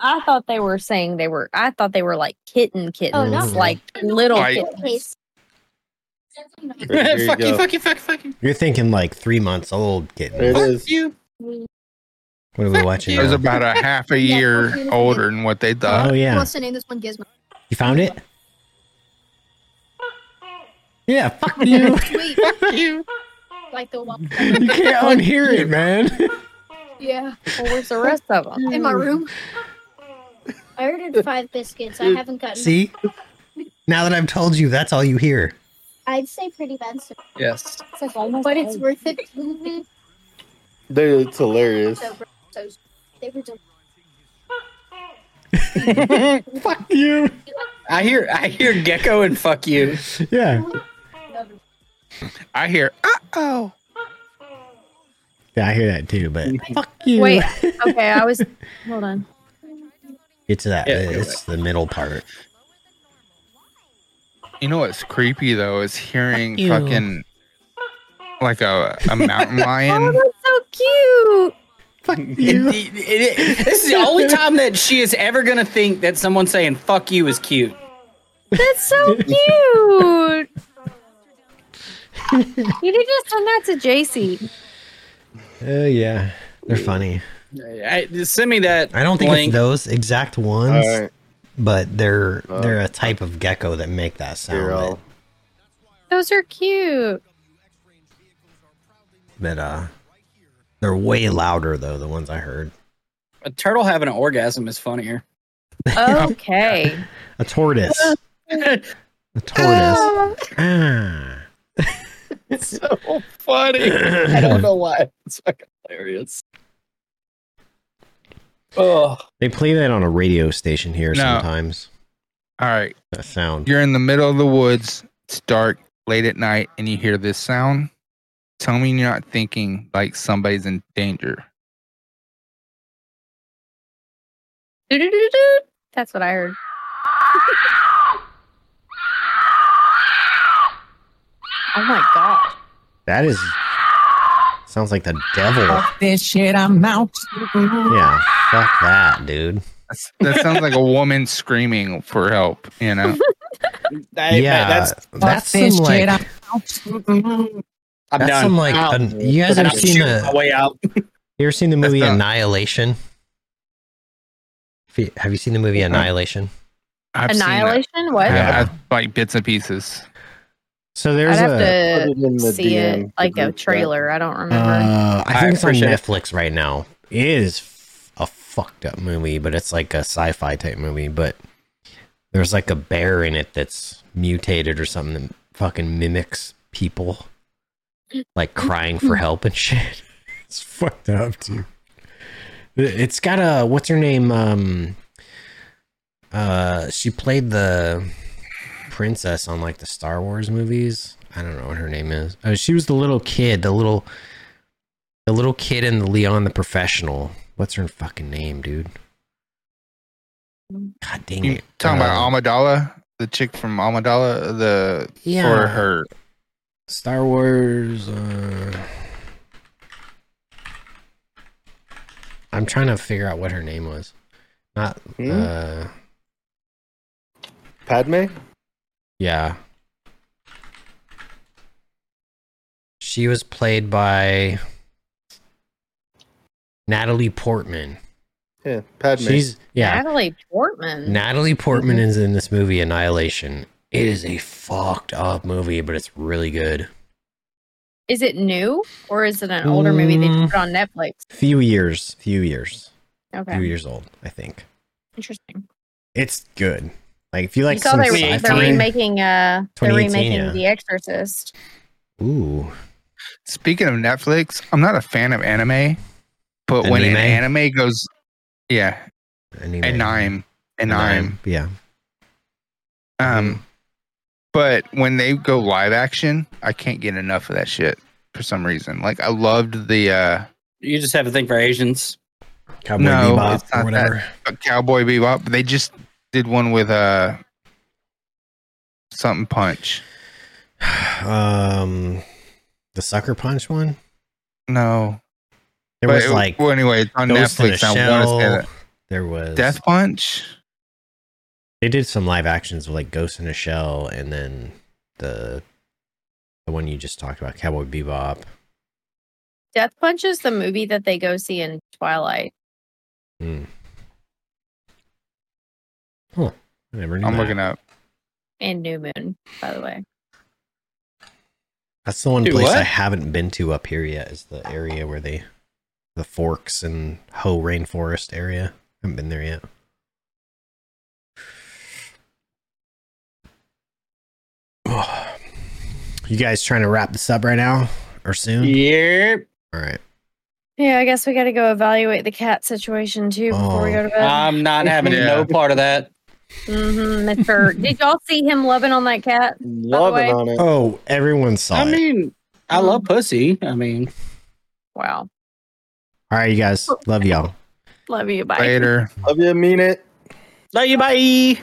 [SPEAKER 12] I thought they were saying they were. I thought they were like kitten kittens,
[SPEAKER 1] not
[SPEAKER 12] like little
[SPEAKER 4] Like-
[SPEAKER 12] kittens.
[SPEAKER 3] There you
[SPEAKER 2] fuck, you,
[SPEAKER 3] go.
[SPEAKER 2] fuck you, fuck you, fuck you,
[SPEAKER 1] You're thinking like three months old
[SPEAKER 3] There
[SPEAKER 1] kitten.
[SPEAKER 3] it
[SPEAKER 2] fuck
[SPEAKER 3] is.
[SPEAKER 2] you.
[SPEAKER 1] What are we watching?
[SPEAKER 4] It was
[SPEAKER 1] now?
[SPEAKER 4] about a half a year older than what they
[SPEAKER 1] Oh
[SPEAKER 4] thought.
[SPEAKER 1] yeah,
[SPEAKER 7] What's the name? This one Gizmo.
[SPEAKER 1] you found it. Yeah, fuck you.
[SPEAKER 7] Wait,
[SPEAKER 2] You.
[SPEAKER 7] like the one.
[SPEAKER 1] you can't unhear it, man.
[SPEAKER 7] Yeah.
[SPEAKER 12] Well, where's the rest of them?
[SPEAKER 7] In my room. I ordered five biscuits. I haven't gotten.
[SPEAKER 1] See, now that I've told you, that's all you hear.
[SPEAKER 7] I'd say pretty bad, so-
[SPEAKER 2] Yes.
[SPEAKER 7] but it's
[SPEAKER 12] Oh.
[SPEAKER 7] worth it. so,
[SPEAKER 3] They, it's hilarious.
[SPEAKER 7] so they were just
[SPEAKER 1] Fuck you.
[SPEAKER 2] I hear, I hear gecko and fuck you.
[SPEAKER 1] Yeah,
[SPEAKER 4] I hear, uh oh.
[SPEAKER 1] yeah, I hear that too. But fuck you.
[SPEAKER 12] Wait. Okay, I was. Hold on.
[SPEAKER 1] Get to that.
[SPEAKER 2] Yeah, go
[SPEAKER 1] it's the middle part.
[SPEAKER 4] You know what's creepy though is hearing fucking like a, a mountain
[SPEAKER 12] Oh,
[SPEAKER 4] lion.
[SPEAKER 12] that's so cute.
[SPEAKER 2] It- it- it- this is the only time that she is ever gonna think that someone saying "fuck you" is cute.
[SPEAKER 12] That's so cute. you need to send that to JC.
[SPEAKER 1] Oh yeah, they're funny.
[SPEAKER 2] I, send me that.
[SPEAKER 1] I don't think
[SPEAKER 2] link.
[SPEAKER 1] it's those exact
[SPEAKER 3] All
[SPEAKER 1] ones.
[SPEAKER 3] right,
[SPEAKER 1] but they're
[SPEAKER 3] Uh,
[SPEAKER 1] they're a type of gecko that make that
[SPEAKER 3] here
[SPEAKER 1] sound.
[SPEAKER 3] I'll.
[SPEAKER 12] Those are cute.
[SPEAKER 1] But, but uh, they're way louder though. The ones I heard.
[SPEAKER 2] a turtle having an orgasm is funnier.
[SPEAKER 12] Okay.
[SPEAKER 1] A tortoise. a tortoise. ah.
[SPEAKER 2] so funny. I don't know why. It's fucking hilarious. Oh,
[SPEAKER 1] They play that on a radio station here
[SPEAKER 4] No.
[SPEAKER 1] sometimes.
[SPEAKER 4] All right,
[SPEAKER 1] That sound.
[SPEAKER 4] you're in the middle of the woods. It's dark, late at night, and you hear this sound. Tell me you're not thinking like somebody's in danger.
[SPEAKER 12] Doo-doo-doo-doo. That's what I heard. Oh my god.
[SPEAKER 1] That is sounds like the devil.
[SPEAKER 10] Uh-huh.
[SPEAKER 11] Fuck this shit, I'm out.
[SPEAKER 1] Yeah. Fuck that, dude.
[SPEAKER 4] That's, that sounds like a woman screaming for help. You know,
[SPEAKER 2] I-
[SPEAKER 1] yeah.
[SPEAKER 2] that's
[SPEAKER 1] that's
[SPEAKER 11] Fuck this
[SPEAKER 1] some
[SPEAKER 11] shit,
[SPEAKER 1] like
[SPEAKER 11] I'm out.
[SPEAKER 2] I'm
[SPEAKER 1] that's
[SPEAKER 2] done.
[SPEAKER 1] some like
[SPEAKER 2] Out.
[SPEAKER 1] an- you guys
[SPEAKER 2] And
[SPEAKER 1] ever
[SPEAKER 2] I'm
[SPEAKER 1] seen
[SPEAKER 2] shooting my
[SPEAKER 1] the
[SPEAKER 2] way out.
[SPEAKER 1] you ever seen the movie
[SPEAKER 4] done.
[SPEAKER 1] Annihilation? Have you- Have you seen the movie Annihilation?
[SPEAKER 4] I've seen that.
[SPEAKER 12] Annihilation? What?
[SPEAKER 1] Yeah.
[SPEAKER 4] Yeah, I've, like bits and pieces.
[SPEAKER 1] So
[SPEAKER 12] I'd
[SPEAKER 1] there's a.
[SPEAKER 12] have
[SPEAKER 3] Put it in
[SPEAKER 12] to
[SPEAKER 3] the
[SPEAKER 12] see it
[SPEAKER 3] DM
[SPEAKER 12] like a
[SPEAKER 3] group chat.
[SPEAKER 12] trailer. I don't remember.
[SPEAKER 1] Uh, I think
[SPEAKER 2] I
[SPEAKER 1] it's on
[SPEAKER 2] appreciate it.
[SPEAKER 1] Netflix right now. It is f- a fucked up movie, but it's like a sci-fi type movie. But there's like a bear in it that's mutated or something that fucking mimics people. like crying for help and shit. It's fucked up, dude. It's got a what's her name? Um, uh, she played the princess on like the Star Wars movies. I don't know what her name is. Oh, she was the little kid, the little, the little kid in the Leon the Professional. What's her fucking name, dude? God dang
[SPEAKER 4] You
[SPEAKER 1] it!
[SPEAKER 4] talking about
[SPEAKER 1] Uh,
[SPEAKER 4] Amidala, the chick from Amidala, the
[SPEAKER 1] Yeah.
[SPEAKER 4] for her
[SPEAKER 1] Star Wars. Uh... I'm trying to figure out what her name was. Not.
[SPEAKER 4] Hmm?
[SPEAKER 1] Uh,
[SPEAKER 3] Hmm? Padme?
[SPEAKER 1] yeah. She was played by Natalie Portman.
[SPEAKER 3] Yeah, Padme.
[SPEAKER 1] She's yeah.
[SPEAKER 12] Natalie Portman.
[SPEAKER 1] Natalie Portman
[SPEAKER 12] Mm-hmm.
[SPEAKER 1] is in this movie Annihilation. It is a fucked up movie, but it's really good.
[SPEAKER 12] Is it new or is it an older movie they
[SPEAKER 1] Mm.
[SPEAKER 12] put on Netflix?
[SPEAKER 1] Few years, few years, few
[SPEAKER 12] Okay,
[SPEAKER 1] years old, I think.
[SPEAKER 12] interesting.
[SPEAKER 1] It's good. Like if you like
[SPEAKER 12] you saw
[SPEAKER 1] some
[SPEAKER 12] they
[SPEAKER 1] sci-fi-
[SPEAKER 12] re- they're remaking uh they're
[SPEAKER 1] 2018,
[SPEAKER 12] remaking
[SPEAKER 1] yeah.
[SPEAKER 12] The Exorcist.
[SPEAKER 1] Ooh.
[SPEAKER 4] Speaking of Netflix, I'm not a fan of anime, but when an
[SPEAKER 1] Anime?
[SPEAKER 4] anime goes, yeah,
[SPEAKER 1] anime.
[SPEAKER 4] and I'm and I'm
[SPEAKER 1] yeah. Mm-hmm.
[SPEAKER 4] Um, but when they go live action, I can't get enough of that shit for some reason. Like I loved the uh
[SPEAKER 2] You just have a thing for Asians.
[SPEAKER 1] Cowboy
[SPEAKER 4] no,
[SPEAKER 1] Bebop
[SPEAKER 4] it's
[SPEAKER 1] or
[SPEAKER 4] not
[SPEAKER 1] whatever.
[SPEAKER 4] that. But Cowboy Bebop. They just did one with uh something punch.
[SPEAKER 1] Um, the sucker punch one.
[SPEAKER 4] No,
[SPEAKER 1] There
[SPEAKER 4] But
[SPEAKER 1] was
[SPEAKER 4] it-
[SPEAKER 1] like
[SPEAKER 4] well, anyway, it's on
[SPEAKER 1] Ghost in a
[SPEAKER 4] Netflix. I want to say
[SPEAKER 1] Shell.
[SPEAKER 4] that
[SPEAKER 1] There was
[SPEAKER 4] Death Punch.
[SPEAKER 1] They did some live actions with like Ghost in a Shell, and then the the one you just talked about, Cowboy Bebop.
[SPEAKER 12] Death Punch is the movie that they go see in Twilight.
[SPEAKER 1] Hmm. Huh. I never knew.
[SPEAKER 4] I'm
[SPEAKER 1] that.
[SPEAKER 4] looking up.
[SPEAKER 12] And New Moon, by the way.
[SPEAKER 1] That's the one
[SPEAKER 4] Dude,
[SPEAKER 1] place I
[SPEAKER 4] what?
[SPEAKER 1] haven't been to up here yet. Is the area where they, the Forks and Ho Rainforest area. haven't been there yet. Oh. You guys trying to wrap this up right now or soon?
[SPEAKER 2] Yep.
[SPEAKER 1] All right.
[SPEAKER 12] Yeah, I guess we got to go evaluate the cat situation too before
[SPEAKER 1] Oh.
[SPEAKER 12] we go to bed.
[SPEAKER 1] Uh,
[SPEAKER 2] I'm not having
[SPEAKER 4] Yeah.
[SPEAKER 2] no part of that.
[SPEAKER 12] mm-hmm, Mr. Did y'all see him loving on that cat? Loving on
[SPEAKER 2] it.
[SPEAKER 1] Oh, everyone saw
[SPEAKER 2] I
[SPEAKER 1] it.
[SPEAKER 2] mean, I love pussy. I mean,
[SPEAKER 12] Wow.
[SPEAKER 1] All right, you guys. Love y'all.
[SPEAKER 12] Love you. Bye.
[SPEAKER 4] Later.
[SPEAKER 3] Love you, mean it.
[SPEAKER 2] Love you. Bye.